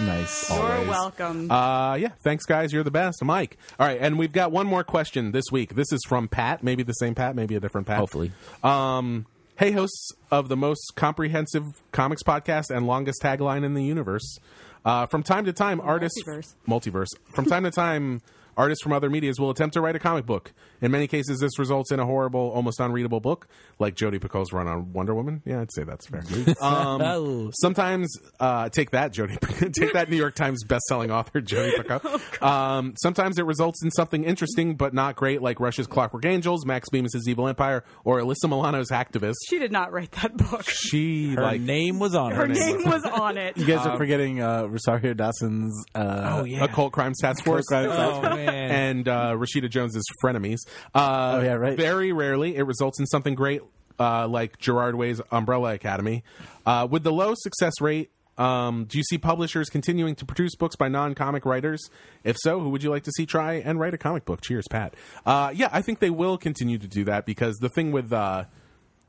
nice.
You're
always.
welcome.
Uh, yeah, thanks guys, you're the best, Mike. All right, and we've got one more question this week. This is from Pat, maybe the same Pat, maybe a different Pat.
Hopefully.
Um, hey, hosts of the most comprehensive comics podcast and longest tagline in the universe. Uh, from time to time, artists
multiverse.
multiverse. From time to time, Artists from other medias will attempt to write a comic book. In many cases, this results in a horrible, almost unreadable book, like Jodi Picoult's run on Wonder Woman. Yeah, I'd say that's fair. um, sometimes uh, take that, Jodi. take that, New York Times best-selling author Jodi Picoult.
Oh,
um, sometimes it results in something interesting but not great, like Russia's Clockwork Angels, Max Bemis's Evil Empire, or Alyssa Milano's Hacktivist.
She did not write that book.
She
Her
like
name was on
Her
her.
name was on it.
You guys are forgetting uh, Rosario Dawson's. Uh,
Oh yeah.
Occult Crimes Task Force.
Oh man.
and uh, Rashida Jones's frenemies. Uh,
Oh, yeah, right.
Very rarely it results in something great uh, like Gerard Way's Umbrella Academy. Uh, with the low success rate, um, do you see publishers continuing to produce books by non-comic writers? If so, who would you like to see try and write a comic book? Cheers, Pat. Uh, yeah, I think they will continue to do that because the thing with uh,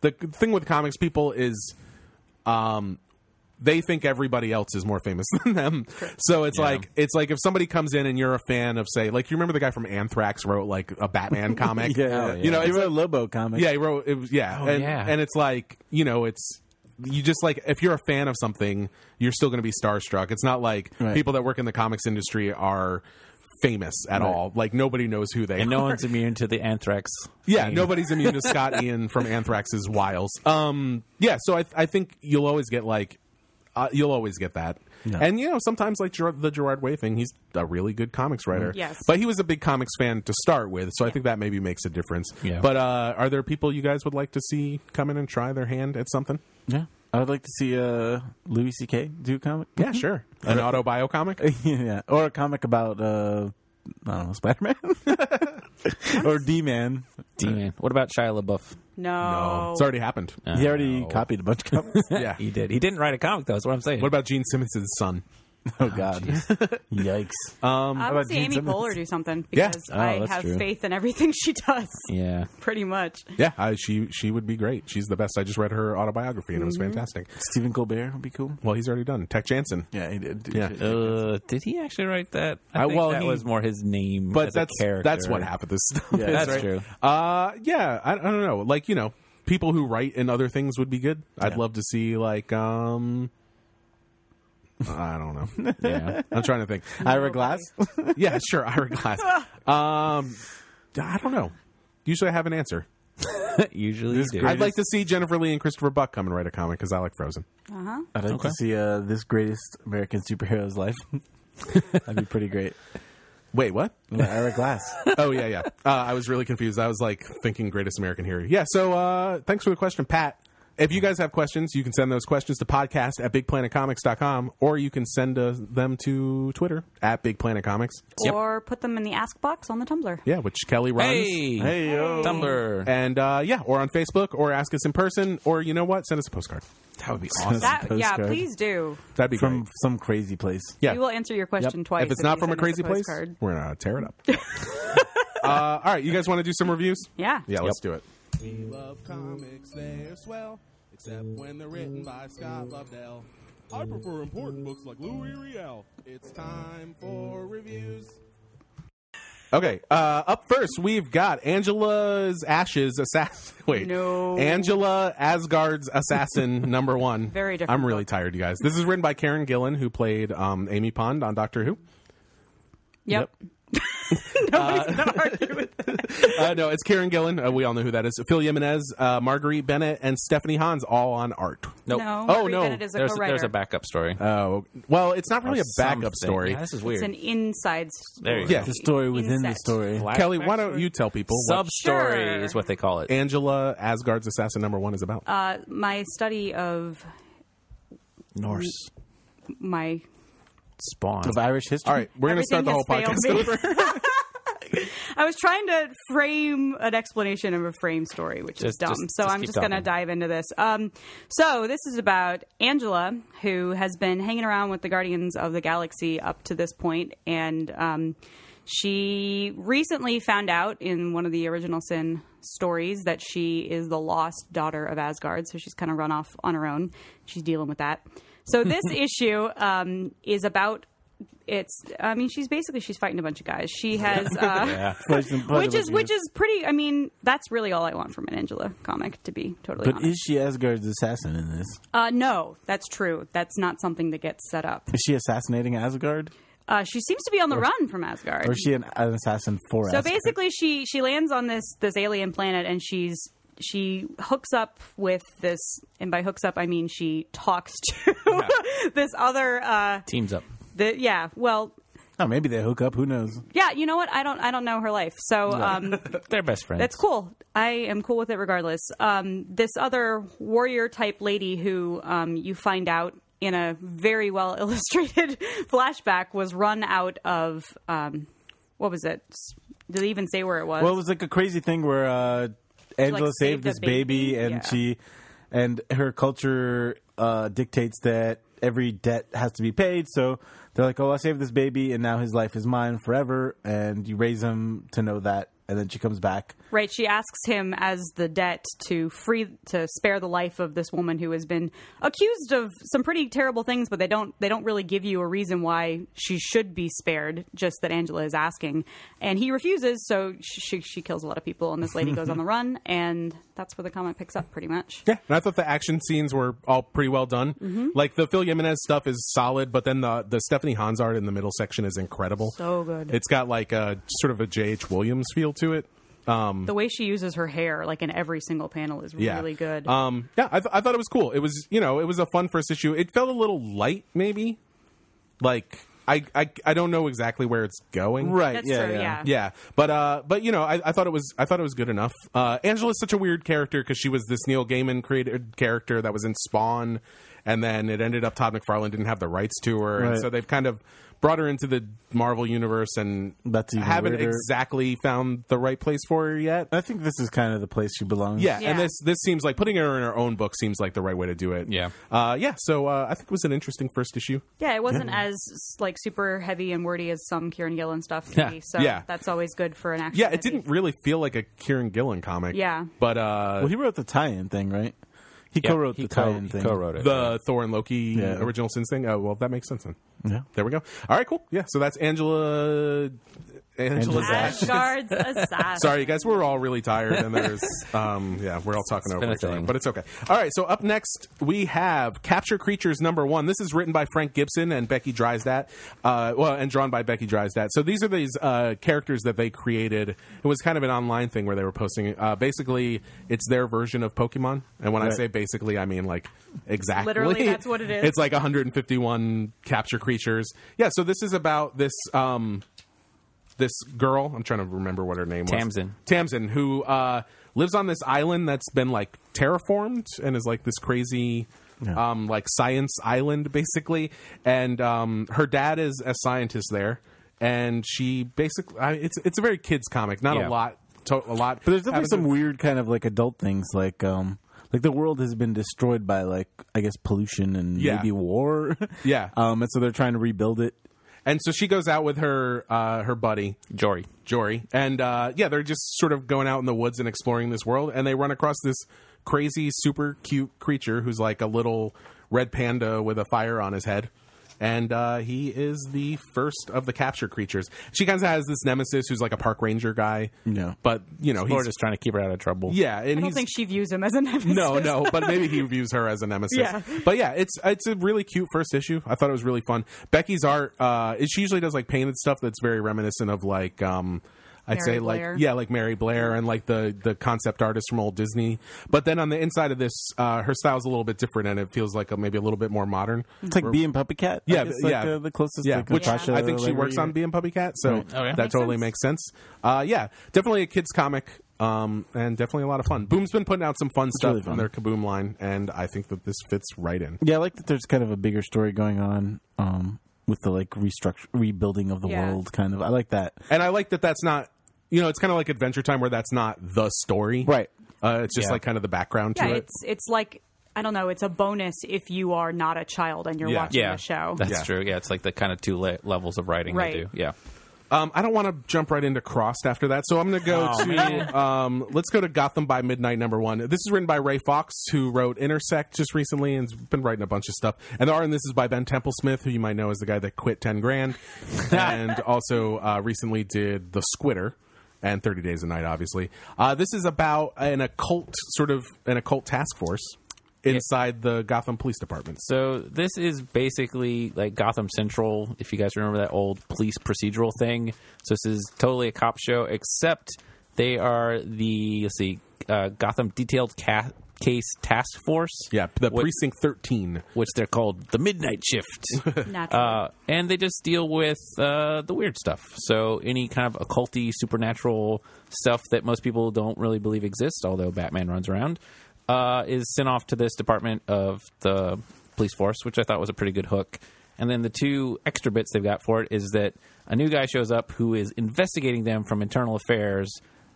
the thing with comics people is Um, they think everybody else is more famous than them. So it's like it's like if somebody comes in and you're a fan of say like you remember the guy from Anthrax wrote like a Batman comic.
Oh, yeah,
You know,
he
it's
wrote a Lobo comic.
yeah, he wrote. It was, yeah, and,
Oh, yeah.
and it's like you know, it's you just like if you're a fan of something, you're still going to be starstruck. It's not like
Right.
people that work in the comics industry are famous at all. Like nobody knows who they
and
are.
no one's immune to the anthrax.
Yeah,
thing.
nobody's immune to Scott Ian from Anthrax's wiles. Um, yeah, so I, I think you'll always get like, uh, you'll always get that. And you know, sometimes like Ger- the Gerard Way thing, he's a really good comics writer.
Yes.
but he was a big comics fan to start with, so I think that maybe makes a difference.
Yeah.
But uh, are there people you guys would like to see come in and try their hand at something?
yeah. I would like to see uh, Louis C.K. do a comic.
Yeah, sure. Mm-hmm. An auto bio comic.
yeah, or a comic about uh, I don't know Spider Man or D Man.
D man. What about Shia LaBeouf?
Oh.
No.
It's already happened.
Uh,
He already copied a bunch of comics.
Yeah.
He did. He didn't write a comic though. That's what I'm saying.
Ah. What about Gene Simmons' son?
oh God, Uh, yikes!
I
about
would see
Gene
Amy
Simmons?
Poehler do something
Yeah.
because
Oh,
I
that's
have
true.
faith in everything she does,
yeah.
pretty much.
Yeah, I, she she would be great. She's the best. I just read her autobiography and it was fantastic.
Stephen Colbert would be cool.
Well, he's already done. Tech Jansen.
Yeah, he did.
Yeah.
Uh, did he actually write that?
I-
I think
well,
that
he-
was more his name,
but
as
that's
a character.
that's what half of this stuff is,
Yeah,
That's
right?
true.
Uh, yeah, I, I don't know. Like you know, people who write in other things would be good. I'd
Yeah.
love to see like um, I don't know.
Yeah.
I'm trying to think.
Ira Glass.
Yeah, sure, Ira Glass. Um, I don't know. Usually, I have an answer.
Usually, you do.
I'd like to see Jennifer Lee and Christopher Buck come and write a comic because I like Frozen.
I'd like
Okay.
to see uh, this greatest American superhero's life. That'd be pretty great.
Wait, what?
Yeah, Ira Glass.
oh yeah, yeah. Uh, I was really confused. I was like thinking Greatest American Hero. Yeah. So uh, thanks for the question, Pat. If you guys have questions, you can send those questions to podcast at bigplanetcomics.com or you can send uh, them to Twitter at Big Planet Comics.
Yep.
Or put them in the ask box on the Tumblr.
Yeah, which Kelly runs.
Hey,
Hey, yo.
Tumblr.
And uh, yeah, or on Facebook or ask us in person or you know what? Send us a postcard. That would be awesome.
That, yeah,
Postcard.
please do.
That'd be
from
great.
some crazy place.
Yeah.
We will answer your question twice.
if it's not
you
from a
send us
crazy place,
postcard.
we're going to tear it up. uh, all right, you guys want to do some reviews?
Yeah.
Yeah, let's do it. We love comics, they're swell, except when they're written by Scott Lobdell. I prefer important books like Louis Riel. It's time for reviews. Okay, uh, up first we've got Angela's Ashes Assassin. Wait,
No.
Angela Asgard's Assassin number one.
Very different
I'm really
book.
tired, you guys. This is written by Karen Gillan, who played um, Amy Pond on Doctor Who.
Yep. Nobody's going to argue with that.
uh, no, it's Karen Gillan. Uh, we all know who that is. Phil Jimenez, uh, Marguerite Bennett, and Stephanie Hans, all on art.
Nope.
No.
Oh,
Marie
no.
Bennett is a
There's
co-writer.
there's a backup story.
Oh, well, it's not really
Or
a backup
something.
story.
Yeah, this is
It's
weird.
an inside story.
There you
Yeah.
go.
The story within the
Insect.
story.
Flashback
Kelly, why don't
story?
you tell people
Sub
what
story
Sure.
is what they call it.
Angela Asgard's Assassin Number One is about?
Uh, my study of
Norse
my
spawn.
Of Irish history.
all right, we're going to start the whole
everything
podcast
has failed
over.
I was trying to frame an explanation of a frame story, which is
Just-
dumb.
just-
so
just
I'm
keep
just going to
talking.
dive into this. Um, so this is about Angela, who has been hanging around with the Guardians of the Galaxy up to this point, and um, she recently found out in one of the original Sin stories that she is the lost daughter of Asgard. So she's kind of run off on her own. She's dealing with that. So this issue um, is about. It's. I mean, she's basically she's fighting a bunch of guys. She has. Uh,
Place and-
which is which is pretty. I mean, that's really all I want from an Angela comic, to be totally
But
honest.
is she Asgard's assassin in this?
uh, no, that's true. That's not something that gets set up.
Is she assassinating Asgard?
Uh, she seems to be on the run from Asgard.
Or is she an, an assassin for
So
us?
basically, she she lands on this this alien planet, and she's she hooks up with this, and by hooks up I mean she talks to this other. Uh,
Teams up.
the, yeah, well,
Oh, maybe they hook up. Who knows?
yeah. You know what? I don't I don't know her life, so um,
They're best friends.
that's cool. I am cool with it regardless. Um, this other warrior type lady who um, you find out in a very well illustrated flashback was run out of um, what was it? Did they even say where it was?
Well, it was like a crazy thing where uh, Angela
saved
saved
the
this baby,
baby,
and
yeah.
she and her culture uh, dictates that every debt has to be paid. So they're like, "Oh, I saved this baby, and now his life is mine forever." And you raise him to know that, and then she comes back.
Right, she asks him as the debt to free to spare the life of this woman who has been accused of some pretty terrible things, but they don't they don't really give you a reason why she should be spared, just that Angela is asking. And he refuses, so she she kills a lot of people and this lady goes on the run and that's where the comic picks up pretty much.
Yeah, and I thought the action scenes were all pretty well done.
Mm-hmm.
Like the Phil Jimenez stuff is solid, but then the the Stephanie Hans art in the middle section is incredible.
So good.
It's got like a sort of a J.H. Williams feel to it.
The way she uses her hair like in every single panel is
Yeah.
really good.
Um, yeah, I, th- I thought it was cool. It was you know it was a fun first issue. It felt a little light, maybe. Like I I, I don't know exactly where it's going.
Right?
That's
yeah,
true,
yeah.
yeah.
Yeah, but uh, but you know, I, I thought it was I thought it was good enough. Uh, Angela's such a weird character because she was this Neil Gaiman created character that was in Spawn, and then it ended up Todd McFarlane didn't have the rights to her, and
Right.
so they've kind of brought her into the Marvel universe and
That's even
haven't
weirder.
exactly found the right place for her yet.
I think this is kind of the place she belongs.
Yeah,
Yeah.
and this this seems like putting her in her own book seems like the right way to do it.
Yeah.
uh, yeah. So uh, I think it was an interesting first issue.
yeah, it wasn't as like super heavy and wordy as some Kieran Gillen stuff to
Yeah.
me, so
Yeah.
that's always good for an action.
Yeah, it
movie.
didn't really feel like a Kieran Gillen comic.
Yeah.
but uh,
Well, he wrote the tie-in thing, right? He
Yeah,
co-wrote
he
the
co-
tie-in
he
thing.
co-wrote it.
the Thor and Loki
Yeah.
original sins thing. Oh, well, that makes sense then.
Yeah.
There we go. All right, cool. Yeah, so that's Angela. Angela's
Angela's
Ash.
Asgard's assassin.
Sorry, you guys, we're all really tired, and there's, um, yeah, we're all talking
been
over
a
each other,
thing.
but it's okay. All right, so up next we have Capture Creatures number one. This is written by Frank Gibson and Becky Drysdat, uh, well, and drawn by Becky Drysdat. So these are these uh, characters that they created. It was kind of an online thing where they were posting. Uh, basically, it's their version of Pokemon, and when I
Right.
say basically, I mean like exactly.
Literally, that's what it is.
It's like 151 capture creatures. Yeah, so this is about this. Um, this girl. I'm trying to remember what her name was.
Tamsin.
Tamsin, who uh, lives on this island that's been like terraformed and is like this crazy.
Yeah.
Um, like science island, basically, and um, her dad is a scientist there, and she basically I, it's it's a very kids comic, not a
Yeah.
lot, to, a lot.
But there's definitely some weird kind of like adult things, like um, like the world has been destroyed by like I guess pollution and
Yeah.
maybe war.
Yeah.
um, and so they're trying to rebuild it.
and so she goes out with her uh, her buddy,
Jory.
Jory. And uh, yeah, they're just sort of going out in the woods and exploring this world. And they run across this crazy, super cute creature who's like a little red panda with a fire on his head. And uh, he is the first of the capture creatures. She kind of has this nemesis who's like a park ranger guy.
Yeah.
But, you know,
Lord
he's.
is trying to keep her out of trouble.
Yeah. And
I don't
he's,
think she views him as a nemesis.
no, no, but maybe he views her as a nemesis.
Yeah.
But yeah, it's it's a really cute first issue. I thought it was really fun. Becky's art, uh, is- she usually does like painted stuff that's very reminiscent of like um I'd
Mary
say
Blair.
like yeah, like Mary Blair and like the the concept artist from old Disney. But then on the inside of this, uh, her style's a little bit different and it feels like a, maybe a little bit more modern.
It's like being Puppy Cat. I
Yeah,
guess,
yeah.
like, uh, the closest.
Yeah,
like,
which
Natasha
I think she
Legree.
works on being Puppy Cat, so
Right.
Oh, yeah.
that
Makes
totally
sense.
makes sense. Uh, yeah, definitely a kids comic, um, and definitely a lot of fun. Boom's been putting out some fun stuff
really fun.
on their Kaboom line, and I think that this fits right in.
Yeah, I like that. There's kind of a bigger story going on um, with the like restructure, rebuilding of the
Yeah.
world. Kind of. I like that.
And I like that that's not, you know, it's kind of like Adventure Time where that's not the story,
Right.
Uh, it's just
Yeah.
like kind of the background
Yeah,
to it.
it's it's like I don't know. It's a bonus if you are not a child and you're
Yeah.
watching the show.
That's
Yeah.
true. Yeah, it's like the kind of two le- levels of writing
Right.
they do. Yeah.
Um, I don't want to jump right into Crossed after that, so I'm going to go to um, let's go to Gotham by Midnight number one. This is written by Ray Fox, who wrote Intersect just recently and's been writing a bunch of stuff. And the art in this is by Ben Temple Smith, who you might know as the guy that quit Ten Grand, and also uh, recently did The Squitter and Thirty Days a Night. Obviously, uh, this is about an occult sort of an occult task force inside the Gotham Police Department.
So this is basically like Gotham Central, if you guys remember that old police procedural thing. So this is totally a cop show, except they are the let's see, uh, Gotham Detailed Ca- Case Task Force.
Yeah, the
which,
precinct thirteen.
which they're called the Midnight Shift.
Naturally.
Uh, and they just deal with uh, the weird stuff. So any kind of occulty, supernatural stuff that most people don't really believe exists, although Batman runs around, uh, is sent off to this department of the police force, which I thought was a pretty good hook. And then the two extra bits they've got for it is that a new guy shows up who is investigating them from internal affairs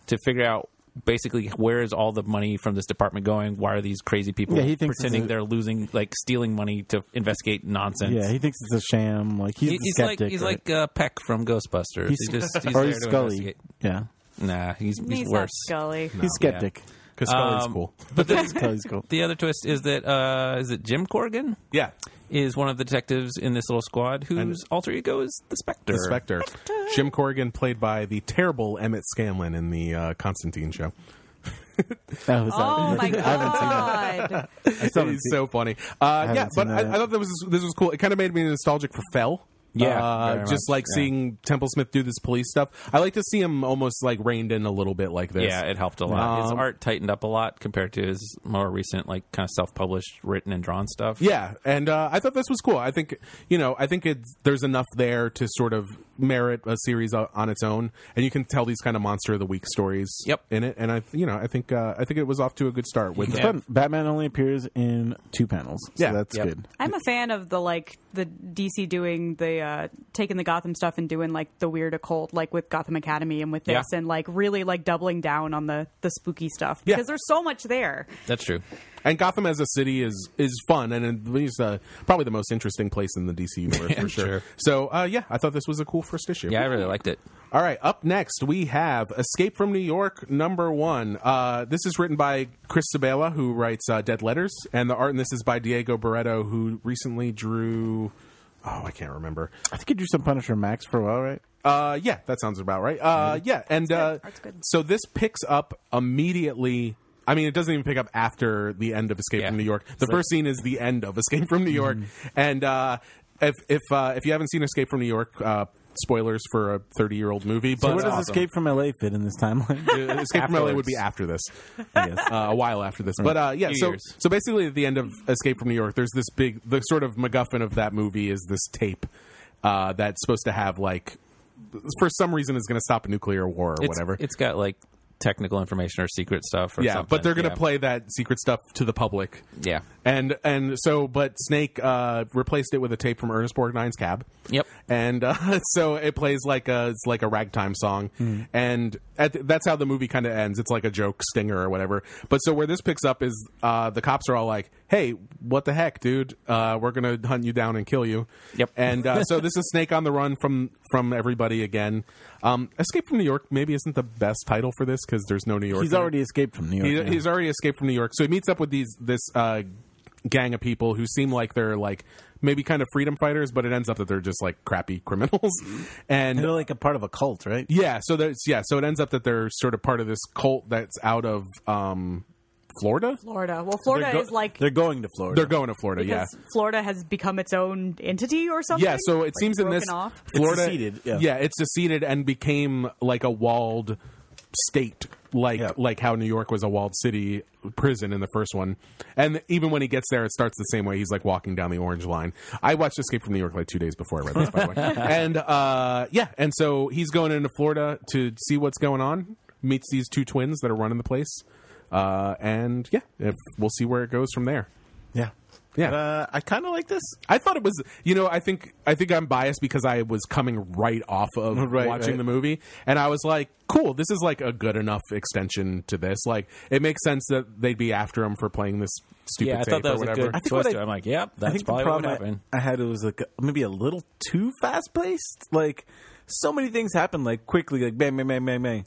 to figure out basically where is all the money from this department going? Why are these crazy people
Yeah, he thinks it's
pretending
a-
they're losing, like stealing money to investigate nonsense?
Yeah, he thinks it's a sham. Like he's,
He-
the
he's
skeptic.
like he's
right?
like uh, Peck from Ghostbusters. He just he's
or
there
he's
to
Scully.
investigate.
Yeah,
Nah, he's, he's,
He's not
worse.
Scully.
he's skeptic.
Because Scully's
Um,
cool.
But the,
Scully's cool.
the other twist is that uh, is it Jim Corgan
Yeah,
is one of the detectives in this little squad whose alter ego is the Spectre.
the Spectre. Jim Corrigan, played by the terrible Emmett Scanlon in the uh, Constantine show.
That was
Oh
out.
my
I haven't seen that.
god!
I still haven't
It's
seen
so funny. Uh,
haven't
yeah, but
seen
I,
that.
I thought that was this was cool. It kind of made me nostalgic for Fell.
Yeah,
uh,
very
just
much,
like
yeah.
seeing Temple Smith do this police stuff. I like to see him almost like reined in a little bit like this.
Yeah, it helped a lot. his
Um,
art tightened up a lot compared to his more recent, like kind of self-published, written and drawn stuff.
Yeah, and uh, I thought this was cool. I think you know, I think it's, there's enough there to sort of merit a series o- on its own, and you can tell these kind of monster of the week stories.
Yep.
in it, and I you know I think uh, I think it was off to a good start with
It's
Yeah.
fun. Batman only appears in two panels. So
Yeah.
that's
Yep.
good.
I'm a fan of the like the DC doing the uh, taking the Gotham stuff and doing like the weird occult, like with Gotham Academy and with this,
Yeah.
and like really like doubling down on the the spooky stuff
Yeah.
because there's so much there.
that's true.
and Gotham as a city is is fun and it is uh, probably the most interesting place in the DC universe for sure.
sure.
So uh, yeah, I thought this was a cool first issue.
Yeah, I really liked it.
All right, up next we have Escape from New York number one. Uh, this is written by Chris Sabella, who writes uh, Dead Letters, and the art in this is by Diego Barreto, who recently drew. Oh, I can't remember.
I think you drew some Punisher Max for a while, right?
Uh, yeah, that sounds about right. Uh,
Mm-hmm.
yeah, and uh,
Art's good.
so this picks up immediately. I mean, it doesn't even pick up after the end of Escape
Yeah.
from New York. The first scene is the end of Escape from New York,
Mm-hmm.
and uh, if if uh, if you haven't seen Escape from New York, uh, spoilers for a thirty year old movie,
So
but
where does
uh,
Escape from LA fit in this timeline?
uh, Escape from LA would be
Afterwards.
after this,
Yes.
uh, a while after this. But uh, yeah,
Few
so
years.
so basically, at the end of Escape from New York, there's this big, the sort of MacGuffin of that movie is this tape uh, that's supposed to have like, for some reason, is going to stop a nuclear war or
It's-
whatever.
It's got like technical information or secret stuff. Or
yeah,
something.
but they're going to
Yeah.
play that secret stuff to the public.
Yeah.
And and so, but Snake uh, replaced it with a tape from Ernest Borgnine's Cab.
Yep.
And uh, so it plays like a it's like a ragtime song,
Hmm.
and at, that's how the movie kind of ends. It's like a joke stinger or whatever. But so where this picks up is uh, the cops are all like, "Hey, what the heck, dude? Uh, we're gonna hunt you down and kill you."
Yep.
And uh, so this is Snake on the run from from everybody again. Um, Escape from New York maybe isn't the best title for this because there's no New York.
He's
in it.
already escaped from New York.
He-
yeah.
He's already escaped from New York, so he meets up with these this uh, gang of people who seem like they're like maybe kind of freedom fighters, but it ends up that they're just like crappy criminals. And
They're like a part of a cult, right?
yeah, so there's yeah, so it ends up that they're sort of part of this cult that's out of um, Florida.
Florida, well, Florida
They're go-
is like
They're going to Florida.
They're going to Florida,
because
yeah.
Florida has become its own entity or something.
Yeah, so it
Like,
seems in
broken
this
off.
Florida,
seceded, yeah.
it's seceded and became like a walled state, like
Yeah.
like how New York was a walled city prison in the first one. And even when he gets there, it starts the same way. He's like walking down the orange line. I watched Escape from New York like two days before I read this, by the way. And uh, yeah, and so he's going into Florida to see what's going on. Meets these two twins that are running the place, uh, and yeah, if, we'll see where it goes from there.
Yeah.
Yeah.
Uh, I kind of like this.
I thought it was, you know, I think I think I'm biased because I was coming right off of
Right,
watching
right.
the movie, and I was like, "Cool, this is like a good enough extension to this. Like, it makes sense that they'd be after him for playing this stupid
Yeah, I
tape
thought that
or
was a
whatever."
good
I think what
twist.
I-
I'm like, yep,
I
that's
think the
probably what
problem
happened.
I, I had it was like maybe a little too fast paced. Like so many things happen like quickly, like bang, bang, bang, bang, bang.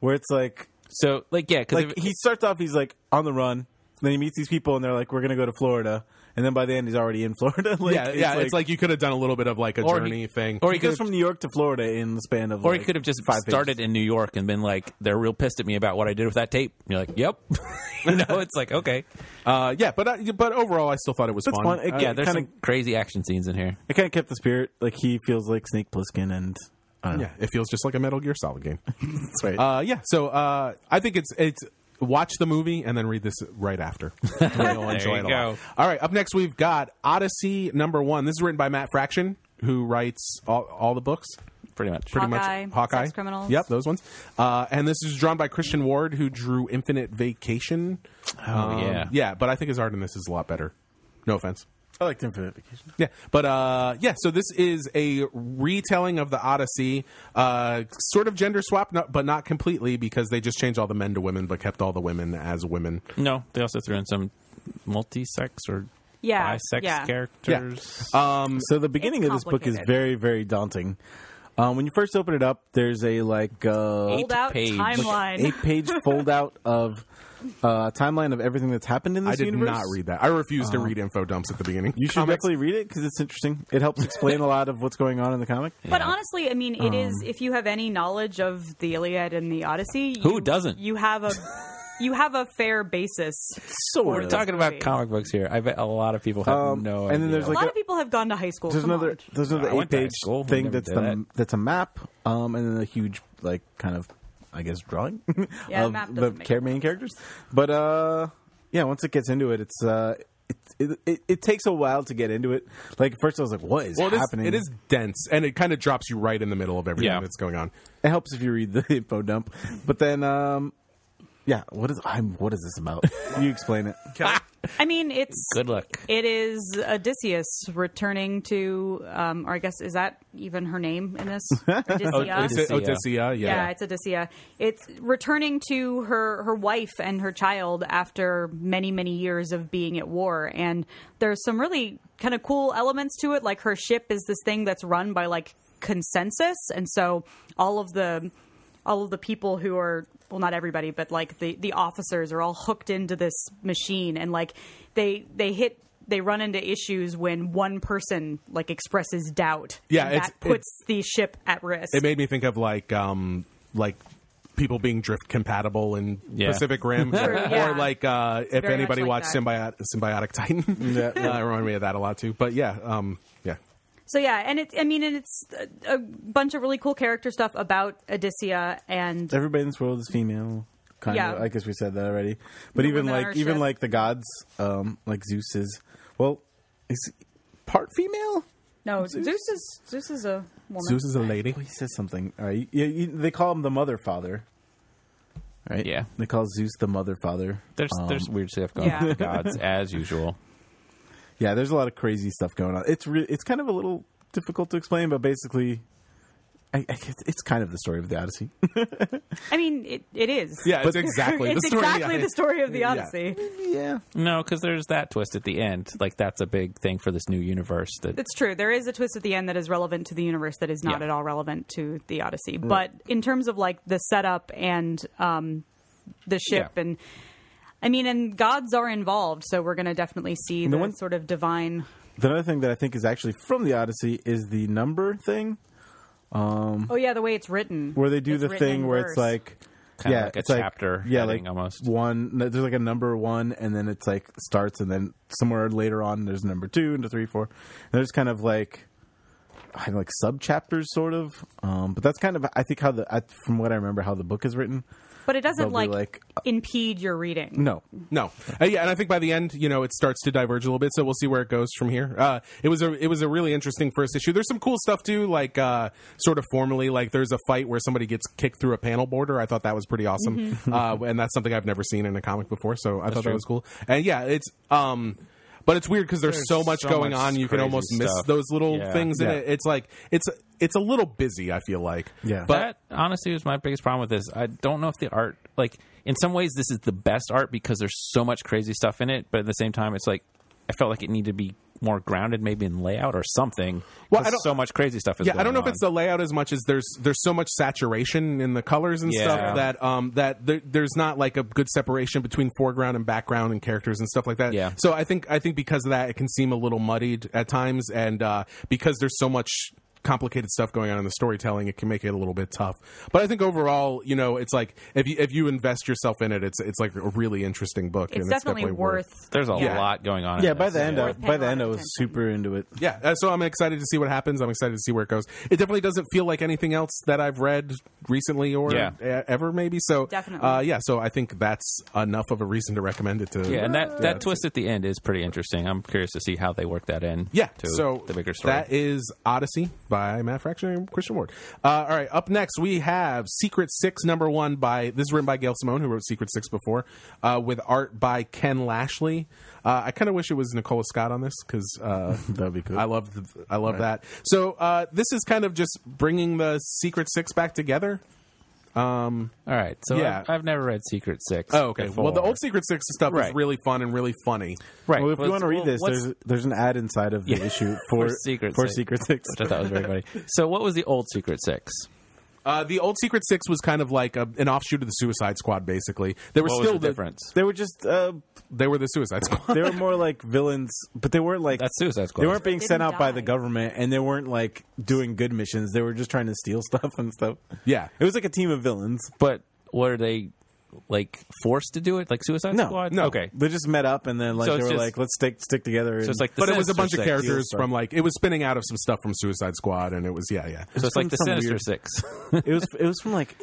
Where it's like
So like yeah, because
like he starts off, he's like on the run. Then he meets these people, and they're like, "We're gonna go to Florida." and then by the end he's already in Florida. like,
yeah, yeah. It's like you could have done a little bit of like a
Or he-
journey thing.
or
he goes from New York to Florida in the span of.
Or
like,
he could have just
five pages.
started in New York and been like, "They're real pissed at me about what I did with that tape." And you're like, "Yep," you know. It's like, okay,
uh, yeah, but I, but overall, I still thought it was
It's
fun.
fun. It-
Uh,
yeah. There's
kinda-
some crazy action scenes in here.
It kind of kept the spirit. Like he feels like Snake Plissken, and uh, I don't know.
yeah, it feels just like a Metal Gear Solid game.
That's right.
Uh, yeah, so uh, I think it's it's watch the movie and then read this right after. You'll enjoy
you
it a
go.
lot. All right, up next we've got Odyssey number one. This is written by Matt Fraction, who writes all, all the books.
Pretty much.
Pretty
Hawkeye,
much Hawkeye,
Sex Criminals.
Yep, those ones. Uh, and this is drawn by Christian Ward, who drew Infinite Vacation. Oh
yeah.
yeah. But I think his art in this is a lot better. No offense.
I liked Infinite Vacation.
Yeah, but uh, yeah. So this is a retelling of the Odyssey, uh, sort of gender swap, not, but not completely because they just changed all the men to women, but kept all the women as women.
No, they also threw in some multi-sex or
Yeah,
bisex
yeah.
characters.
Um,
So the beginning
It's
of this book is
complicated.
very, very daunting. Um, when you first open it up, there's a like uh,
Fold out
page.
timeline.
eight page fold out of uh, timeline of everything that's happened in this
I did
universe. Uh-huh.
not read that. I refused to read info dumps at the beginning.
You should
Comics-
definitely read it because it's interesting. It helps explain a lot of what's going on in the comic.
But honestly, I mean, it is. If you have any knowledge of the Iliad and the Odyssey,
Who
you-
doesn't?
You have a, you have a fair basis.
So
We're
We're talking about
movie.
comic books here. I bet a lot of people have
Um,
no.
and then
idea.
there's,
A
like,
lot of people have gone to high school.
There's
Come
another
on.
there's another
I
eight
went to high
page
school. We
thing
never
that's the
did that.
that's a map, um, and then a huge like kind of I guess drawing
Yeah,
of
map doesn't
the
make
char-
it
main characters. But uh, yeah, once it gets into it, it's uh, it, it, it it takes a while to get into it. Like at first, I was like, "What is
Well, it is,
happening?"
it is dense, and it kind of drops you right in the middle of everything
Yeah.
that's going on.
It helps if you read the info dump, but then um, yeah, what is I'm what is this about? you explain it.
I mean, it's
good luck.
It is Odysseus returning to, um, or I guess is that even her name in this? Odyssea.
Odys-
Odyssea.
Odysseia,
yeah,
Oh, yeah.
it's Odyssea. It's returning to her her wife and her child after many many years of being at war, and there's some really kind of cool elements to it. Like her ship is this thing that's run by like consensus, and so all of the all of the people who are well not everybody but like the the officers are all hooked into this machine and like they they hit they run into issues when one person like expresses doubt
Yeah,
and
it's-
that puts the ship at risk
It made me think of like um, like people being drift compatible in
Yeah.
Pacific Rim,
True, yeah.
or like uh, if
very much
anybody
like
watched
that.
Symbiot- Symbiotic Titan, yeah. uh, it reminded me of that a lot too. But yeah, um, yeah.
So yeah, and it's I mean, and it's a, a bunch of really cool character stuff about Odyssea and
Everybody in this world is female. Kind
Yeah.
of. I guess we said that already. But
The
even
women on
like
our
even
ship.
like the gods, um, like Zeus is well, is he part female.
no Zeus, is Zeus is a woman.
Zeus is a lady.
Oh, he says something. All right. Yeah, you, they call him the mother father. Right.
Yeah.
They call Zeus the mother father.
There's
Um,
there's weird stuff going on
Yeah.
with the gods as usual.
yeah. There's a lot of crazy stuff going on. It's re- it's kind of a little difficult to explain, but basically. I, I guess it's kind of the story of the Odyssey.
I mean, it, it is.
Yeah, it's exactly
it's
the story.
exactly the story of the
Yeah.
Odyssey.
yeah,
No, because there's that twist at the end. Like that's a big thing for this new universe. That
It's true. There is a twist at the end that is relevant to the universe that is not
Yeah.
at all relevant to the Odyssey. But in terms of like the setup and um, the ship
Yeah.
and. I mean, and gods are involved, so we're going to definitely see the,
one-
sort of divine.
the other thing that I think is actually from the Odyssey is the number thing.
Oh yeah, the way it's written,
where they do
It's
the
written
thing
in
where it's
verse.
like
Kinda
yeah,
like a
it's like-
chapter
yeah,
heading
like
almost.
one. no, There's like a number one, and then it's like starts, and then somewhere later on, there's number two, and three, four. And there's kind of like I don't know, like sub chapters, sort of. Um, but that's kind of I think how the I, from what I remember how the book is written.
But it doesn't
They'll be
like,
like, uh,
impede your reading.
No,
No, uh, yeah, and I think by the end, you know, it starts to diverge a little bit. So we'll see where it goes from here. Uh, it was a it was a really interesting first issue. There's some cool stuff too, like uh, sort of formally, like there's a fight where somebody gets kicked through a panel border. I thought that was pretty awesome, uh, and that's something I've never seen in a comic before. So I thought that
Mm-hmm. true.
was cool. And yeah, it's um, but it's weird because there's,
There's
so much
so
going
much
on. You can
crazy
almost miss
stuff.
those little
Yeah.
things in
Yeah.
it. It's like it's it's a little busy. I feel like
Yeah.
but.
that honestly was my biggest problem with this. I don't know if the art, like in some ways, this is the best art because there's so much crazy stuff in it. But at the same time, it's like I felt like it needed to be more grounded, maybe in layout or something.
Well, I
'cause
don't-
so much crazy stuff is.
yeah, I don't
going
know if
on.
it's the layout as much as there's there's so much saturation in the colors and
Yeah.
stuff that um that there, there's not like a good separation between foreground and background and characters and stuff like that.
Yeah.
So I think I think because of that it can seem a little muddied at times and uh, because there's so much complicated stuff going on in the storytelling it can make it a little bit tough. But I think overall, you know, it's like if you if you invest yourself in it it's it's like a really interesting book
It's
and
definitely worth.
Thereth. There's a
Yeah.
lot going on. in
Yeah, by
this.
the end, I,
Worth paying
by the
a lot
end, I
of
was
attention.
super into it.
yeah, uh, so I'm excited to see what happens. I'm excited to see where it goes. It definitely doesn't feel like anything else that I've read recently or
Yeah.
e- ever, maybe. So
Definitely.
uh, yeah. So I think that's enough of a reason to recommend it to.
Yeah, and that, that twist at the end is pretty interesting. I'm curious to see how they work that in.
Yeah,
to
so
the bigger story.
That is Odyssey by Matt Fraction and Christian Ward. Uh, all right, up next we have Secret Six, number one by this is written by Gail Simone, who wrote Secret Six before, uh, with art by Ken Lashley. Uh, I kind of wish it was Nicola Scott on this because uh,
That'd be cool.
I love th- I love that. So uh, this is kind of just bringing the Secret Six back together.
All right, so
Yeah. Oh,
I've, I've never read Secret Six.
Oh,
before.
Well, the old Secret Six stuff is
Right.
really fun and really funny.
right.
Well, if you
Let's-
want to read
well,
this,
what's-
there's there's an ad inside of the
Yeah.
issue for,
Secret
for
Six.
Secret Six.
which I thought was very funny. So, what was the old Secret Six?
Uh, the old Secret Six was kind of like a, an offshoot of the Suicide Squad. Basically, they were
What was
still
the
the-
difference?
They were just uh,
They were the Suicide Squad.
they were more like villains, but they weren't like
That's Suicide Squad.
They weren't being
They
sent out
didn't
by the
die.
government, and they weren't like doing good missions. They were just trying to steal stuff and stuff.
yeah.
It was like a team of villains.
But what are they like forced to do it? Like Suicide
No,
Squad?
no.
Okay.
They just met up, and then like
So
they
it's
were
just-
like, let's stick stick together. And,
So it's like the
But it was a
Sinister
bunch of
Six.
characters
stuff.
from like it was spinning out of some stuff from Suicide Squad, and it was yeah, yeah.
So it's like
from
the
some
Sinister
weird-
Six.
Uh,
it was it was from like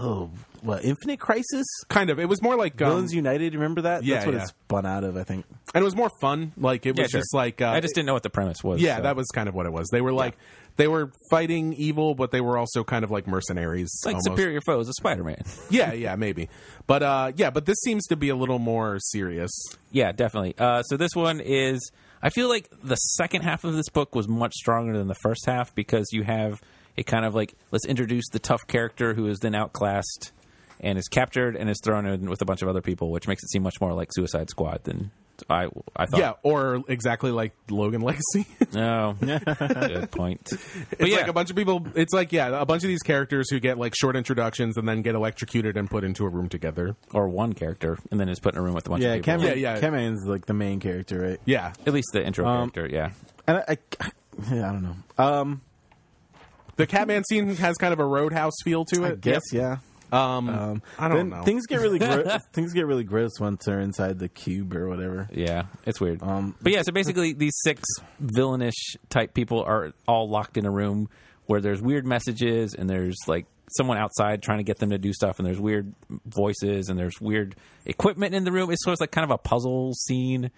oh what Infinite Crisis
Kind of. It was more like um,
Villains United. Remember that?
yeah,
That's what
yeah.
it spun out of. I think.
and it was more fun. Like it was
Yeah, sure.
just like uh,
I just didn't know what the premise was.
Yeah,
so.
that was kind of what it was. They were like they were fighting evil, but they were also kind of like mercenaries.
It's like
almost.
superior foes of Spider Man.
Yeah, yeah, maybe. But uh, yeah, but this seems to be a little more serious.
Yeah, definitely. Uh, so this one is. I feel like the second half of this book was much stronger than the first half because you have a kind of like let's introduce the tough character who is then outclassed and is captured and is thrown in with a bunch of other people, which makes it seem much more like Suicide Squad than I I thought.
Yeah, or exactly like Logan Legacy.
No. Good point. But
it's
yeah,
like a bunch of people. It's like yeah, a bunch of these characters who get like short introductions and then get electrocuted and put into a room together.
or one character, and then is put in a room with a bunch
Yeah,
of people.
Kemen,
Yeah, yeah.
Kemen's like the main character, right?
Yeah,
At least the intro
Um,
character, yeah.
And I, I, yeah, I don't know. Um,
the Catman scene has kind of a Roadhouse feel to it.
I guess yeah.
Yeah. Um,
Um,
I don't
then
know.
Things get really gro- things get really gross once they're inside the cube or whatever.
Yeah, it's weird.
Um,
but yeah, so basically, these six villainish type people are all locked in a room where there's weird messages and there's like someone outside trying to get them to do stuff and there's weird voices and there's weird equipment in the room. It's sort of like kind of a puzzle scene.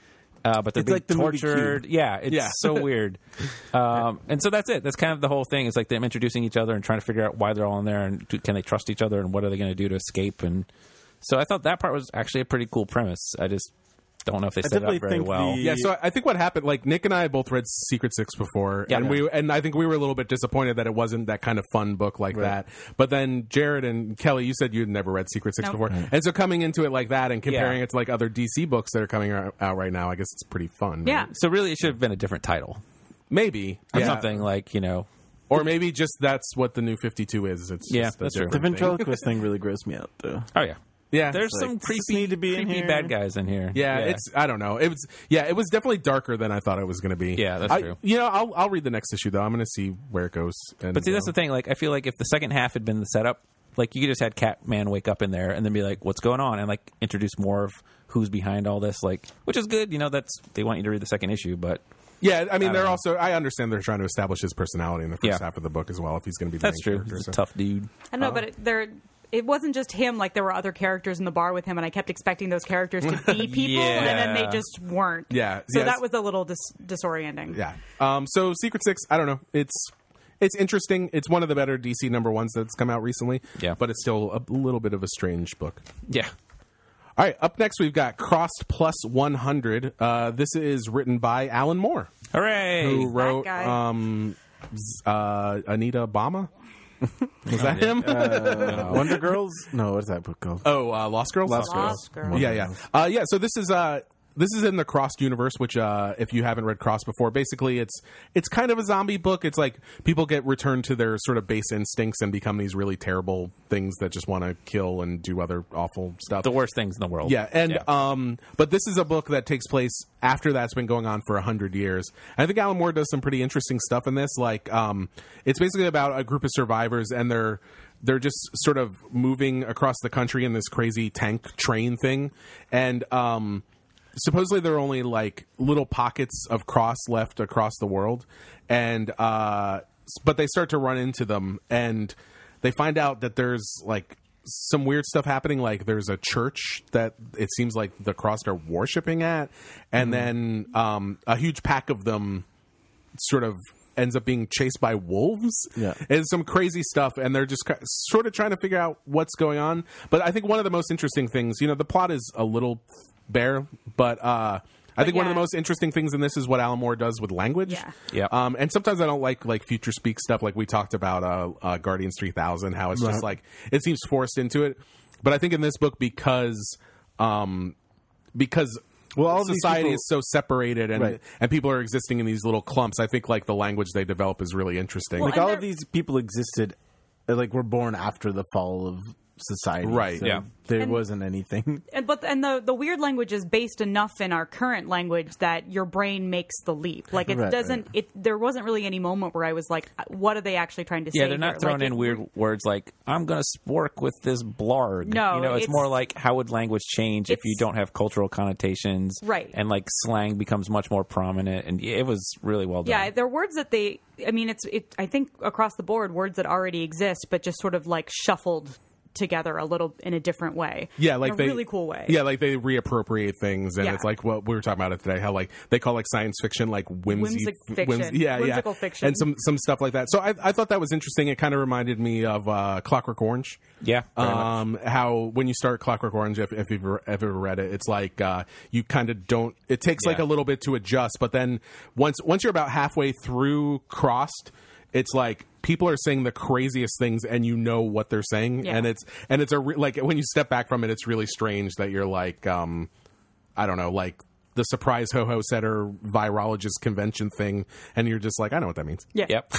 Uh, but they're
It's
being
like the movie
tortured. Yeah, it's
Yeah.
so weird. Um, and so that's it. That's kind of the whole thing. It's like them introducing each other and trying to figure out why they're all in there and do, can they trust each other and what are they going to do to escape. And so I thought that part was actually a pretty cool premise. I just don't know if they set it
definitely
up very
think
well.
the-
Yeah, so I think what happened, like Nick and I both read Secret Six before,
Yeah.
and we and I think we were a little bit disappointed that it wasn't that kind of fun book like that. But then Jared and Kelly, you said you'd never read Secret Six
Nope.
before, and so coming into it like that and comparing
Yeah.
it to like other DC books that are coming out out right now, I guess it's pretty fun. right?
Yeah.
So really, it should have been a different title
maybe
or
yeah.
something like you know.
or maybe just that's what the new Fifty Two is. It's
Yeah,
just a
that's true.
The
different thing.
ventriloquist thing really grossed me out though.
Oh yeah,
Yeah,
There's
it's like-
some
just
creepy,
need to be in
creepy
here.
bad guys in here.
Yeah, it's I don't know. It was yeah, it was definitely darker than I thought it was going to be.
Yeah, that's
I-
true.
You know, I'll I'll read the next issue though. I'm going to see where it goes. And,
But see, that's
uh,
the thing. Like, I feel like if the second half had been the setup, like you could just had Catman wake up in there and then be like, "What's going on?" and like introduce more of who's behind all this. Like, which is good. You know, that's they want you to read the second issue, but
Yeah, I mean, they're
I don't know.
also. I understand they're trying to establish his personality in the first
Yeah.
half of the book as well. If he's going to be the
that's
main
true.
character,
He's
so.
a tough dude.
I don't know, but it, there. It wasn't just him; like there were other characters in the bar with him, and I kept expecting those characters to be people, and then
Yeah.
they just weren't.
Yeah,
So
yes.
that was a little dis- disorienting.
Yeah. Um. So Secret Six. I don't know. It's it's interesting. It's one of the better DC number ones that's come out recently.
Yeah.
But it's still a little bit of a strange book.
Yeah.
All right. Up next, we've got Crossed Plus One Hundred. Uh, this is written by Alan Moore,
Hooray!
who wrote
guy.
um, z- uh, Anita Obama. Was that him?
Uh, Wonder Girls? No, what's that book called?
oh, uh, Lost Girls.
Lost
Lost Girls. Girls.
Yeah, yeah, uh, yeah. So this is uh, this is in the Cross universe, which uh, if you haven't read Cross before, basically it's it's kind of a zombie book. It's like people get returned to their sort of base instincts and become these really terrible things that just want to kill and do other awful stuff.
the worst things in the world.
Yeah, and um, but this is a book that takes place after that's been going on for a hundred years. I think Alan Moore does some pretty interesting stuff in this. Like, um, it's basically about a group of survivors and they're they're just sort of moving across the country in this crazy tank train thing, and um, supposedly there are only like little pockets of cross left across the world and uh s- but they start to run into them and they find out that there's like some weird stuff happening like there's a church that it seems like the cross are worshiping at and then um a huge pack of them sort of ends up being chased by wolves
Yeah.
and some crazy stuff and they're just ki- sort of trying to figure out what's going on but i think one of the most interesting things you know the plot is a little bare but uh I think one of
yeah.
the most interesting things in this is what Alan Moore does with language.
Yeah.
Yep.
Um, and sometimes I don't like like future speak stuff, like we talked about uh, uh, Guardians three thousand, how it's just like it seems forced into it. But I think in this book because um, because
Well, all these
society
people-
is so separated and
Right.
and people are existing in these little clumps. I think like the language they develop is really interesting. uh,
Well,
like
and
all
they're-
of these people existed, uh, like were born after the fall of society,
Right,
so
yeah.
there
And-
wasn't anything.
and but and the the weird language is based enough in our current language that your brain makes the leap. Like it
Right,
doesn't. It there wasn't really any moment where I was like, what are they actually trying to say?
Yeah, they're
here?
not throwing
Like,
in
it-
weird words like "I'm gonna spork with this blarg."
No,
you know, it's,
it's-
more like how would language change if you
it's-
don't have cultural connotations,
Right.
And like slang becomes much more prominent, and it was really well done.
Yeah, they're words that they. I mean, it's. It, I think across the board, words that already exist, but just sort of like shuffled together a little in a different way.
Yeah, like
in a
they
really cool way.
Yeah, like they reappropriate things, and
Yeah.
it's like what we were talking about it today. How like they call like science fiction like whimsy,
Whimsic fiction.
yeah,
Whimsical
yeah,
fiction.
and some some stuff like that. So I, I thought that was interesting. It kind of reminded me of uh, Clockwork Orange.
Yeah, very much.
Um, how when you start Clockwork Orange, if, if you've ever, ever read it, it's like uh, you kind of don't. It takes like
Yeah.
a little bit to adjust, but then once once you're about halfway through crossed, it's like people are saying the craziest things, and you know what they're saying,
Yeah.
and it's and it's a re- like when you step back from it, it's really strange that you're like, um, I don't know, like. The surprise ho ho setter virologist convention thing, and you're just like, I know what that means.
yeah,
Yep.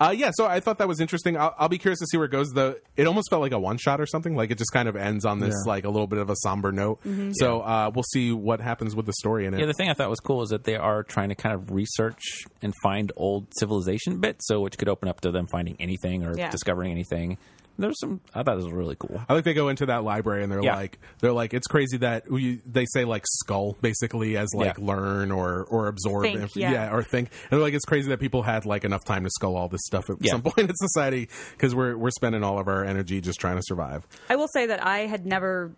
Uh, yeah, so I thought that was interesting. I'll, I'll be curious to see where it goes. The it almost felt like a one shot or something. Like it just kind of ends on this
Yeah.
like a little bit of a somber note.
Mm-hmm.
So uh, we'll see what happens with the story in it.
Yeah, the thing I thought was cool is that they are trying to kind of research and find old civilization bits, so which could open up to them finding anything or
Yeah.
discovering anything. There's some I thought it was really cool.
I like they go into that library and they're
Yeah.
like they're like it's crazy that we, they say like skull basically as like
Yeah.
learn or or absorb
Think,
inf-
yeah.
or think and they're like it's crazy that people had like enough time to skull all this stuff at
Yeah.
some point in society because we're we're spending all of our energy just trying to survive.
I will say that I had never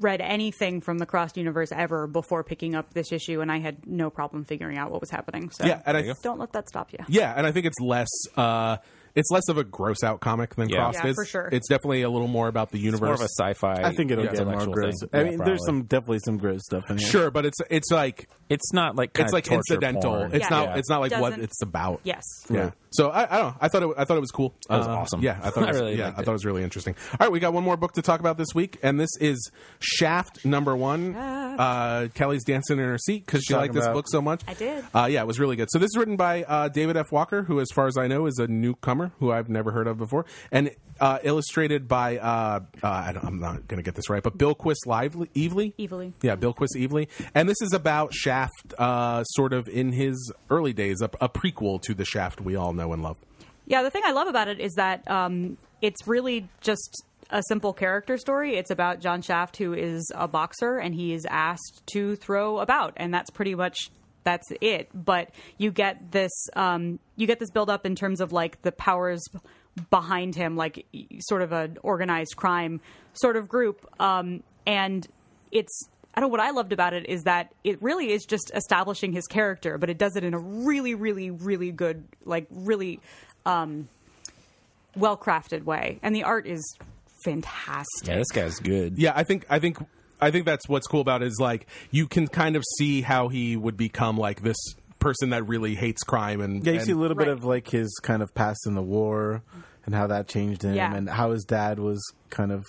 read anything from the Crossed Universe ever before picking up this issue, and I had no problem figuring out what was happening. So
Yeah, and I
don't let that stop you.
Yeah, and I think it's less uh it's less of a gross out comic than
Yeah.
Cross
Yeah,
is.
for sure.
It's definitely a little more about the universe.
More of a sci-fi.
I think it'll
yeah,
get more
intellectual
gross.
thing.
I
Yeah,
mean,
probably.
there's some definitely some gross stuff in here.
sure, but it's it's like
It's not like kind
it's
of
like
torture
incidental.
porn.
It's
Yeah.
not
Yeah.
it's not like what
Doesn't-
it's about.
Yes.
Yeah.
Right.
So I, I don't know. I thought it, I thought it was cool. That
was awesome.
Yeah, I thought
I
it was,
really
yeah, I
liked it.
thought it was really interesting. All right, we got one more book to talk about this week, and this is Shaft number one. Uh, Kelly's dancing in her seat because she
Talking
liked this
about-
book so much.
I did.
Uh, yeah, it was really good. So this is written by uh, David F. Walker, who, as far as I know, is a newcomer who I've never heard of before, and uh, illustrated by uh, uh, I don't, I'm not going to get this right, but Bill Quist Lively, Evely,
Evely.
yeah, Bill Quist Evely. And this is about Shaft, uh, sort of in his early days, a, a prequel to the Shaft we all know and love.
Yeah, the thing I love about it is that um, it's really just a simple character story. It's about John Shaft, who is a boxer, and he is asked to throw about, and that's pretty much that's it. But you get this um, you get this build up in terms of like the powers behind him, like y- sort of an organized crime sort of group, um, and it's I don't know what I loved about it is that it really is just establishing his character, but it does it in a really, really, really good, like really um, well crafted way. And the art is fantastic.
Yeah, this guy's good.
Yeah, I think I think I think that's what's cool about it is like you can kind of see how he would become like this person that really hates crime and
Yeah, you
and-
see a little
Right.
bit of like his kind of past in the war and how that changed him
Yeah.
and how his dad was kind of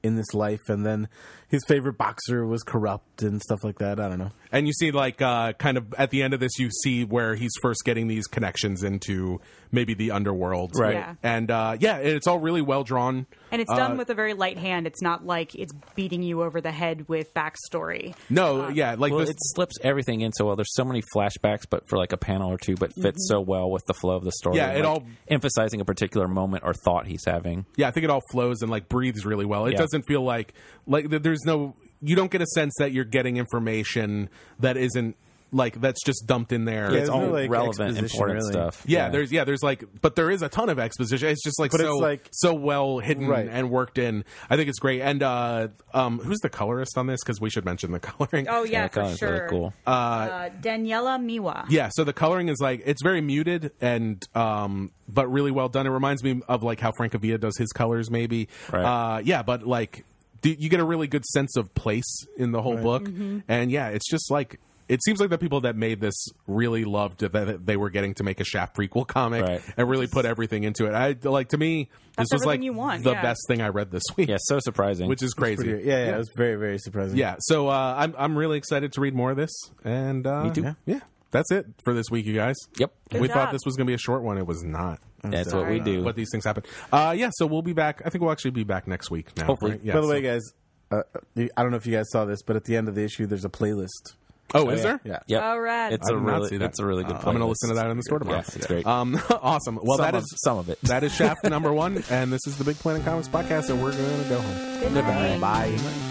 in this life, and then his favorite boxer was corrupt and stuff like that. I don't know.
And you see, like, uh, kind of at the end of this, you see where he's first getting these connections into maybe the underworld,
Right.
Yeah.
And uh, yeah, it's all really well drawn.
And it's
Uh,
done with a very light hand. It's not like it's beating you over the head with backstory.
No, yeah, like
Well,
this,
it slips everything in so well. There's so many flashbacks, but for like a panel or two, but fits
Mm-hmm.
so well with the flow of the story.
Yeah, it
like,
all-
emphasizing a particular moment or thought he's having.
yeah, I think it all flows and like breathes really well. It
Yeah.
doesn't feel like like th- there's no you don't get a sense that you're getting information that isn't like that's just dumped in there.
Yeah,
It's
there's
all-
no, like,
relevant,
exposition,
important
really.
stuff.
yeah, there's yeah, there's like, but there is a ton of exposition. It's just like
But it's
so
like-
so well hidden
Right.
and worked in. I think it's great. And uh, um, who's the colorist on this? Because we should mention the coloring.
Oh yeah,
that
for
color's really
sure.
cool.
Uh, Daniela Miwa.
Yeah, so the coloring is like it's very muted and um but really well done. It reminds me of like how Francavilla does his colors maybe.
Right.
Uh yeah, but like do, you get a really good sense of place in the whole book. And yeah, it's just like it seems like the people that made this really loved that they were getting to make a Shaft prequel comic
Right.
and really put everything into it. I like to me
That's
this was like
everything you want,
the
yeah.
best thing I read this week,
Yeah, so surprising.
which is crazy.
Pretty- yeah, yeah, it was very very surprising.
Yeah, so uh, I'm I'm really excited to read more of this, and uh,
Me too.
Yeah, yeah. that's it for this week, you guys.
Yep.
we
job.
thought this was going to be a short one. It was not.
that's
Sorry.
what we do.
But these things happen. Uh, yeah, so we'll be back. I think we'll actually be back next week. Now,
Hopefully.
right? Yeah,
By the
so-
way, guys, uh, I don't know if you guys saw this, but at the end of the issue, there's a playlist.
oh, is there?
Yeah.
Yep.
All right.
It's
I
a
did not
really,
see that. Uh,
it's a really good.
I'm going to
playlist.
listen to that in the store tomorrow.
Yeah, it's great.
Um, awesome. Well,
Some
that
of-
is
some of it.
that is Shaft number one, and this is the Big Planet Comics podcast, and we're going to go home.
Good night.
Bye.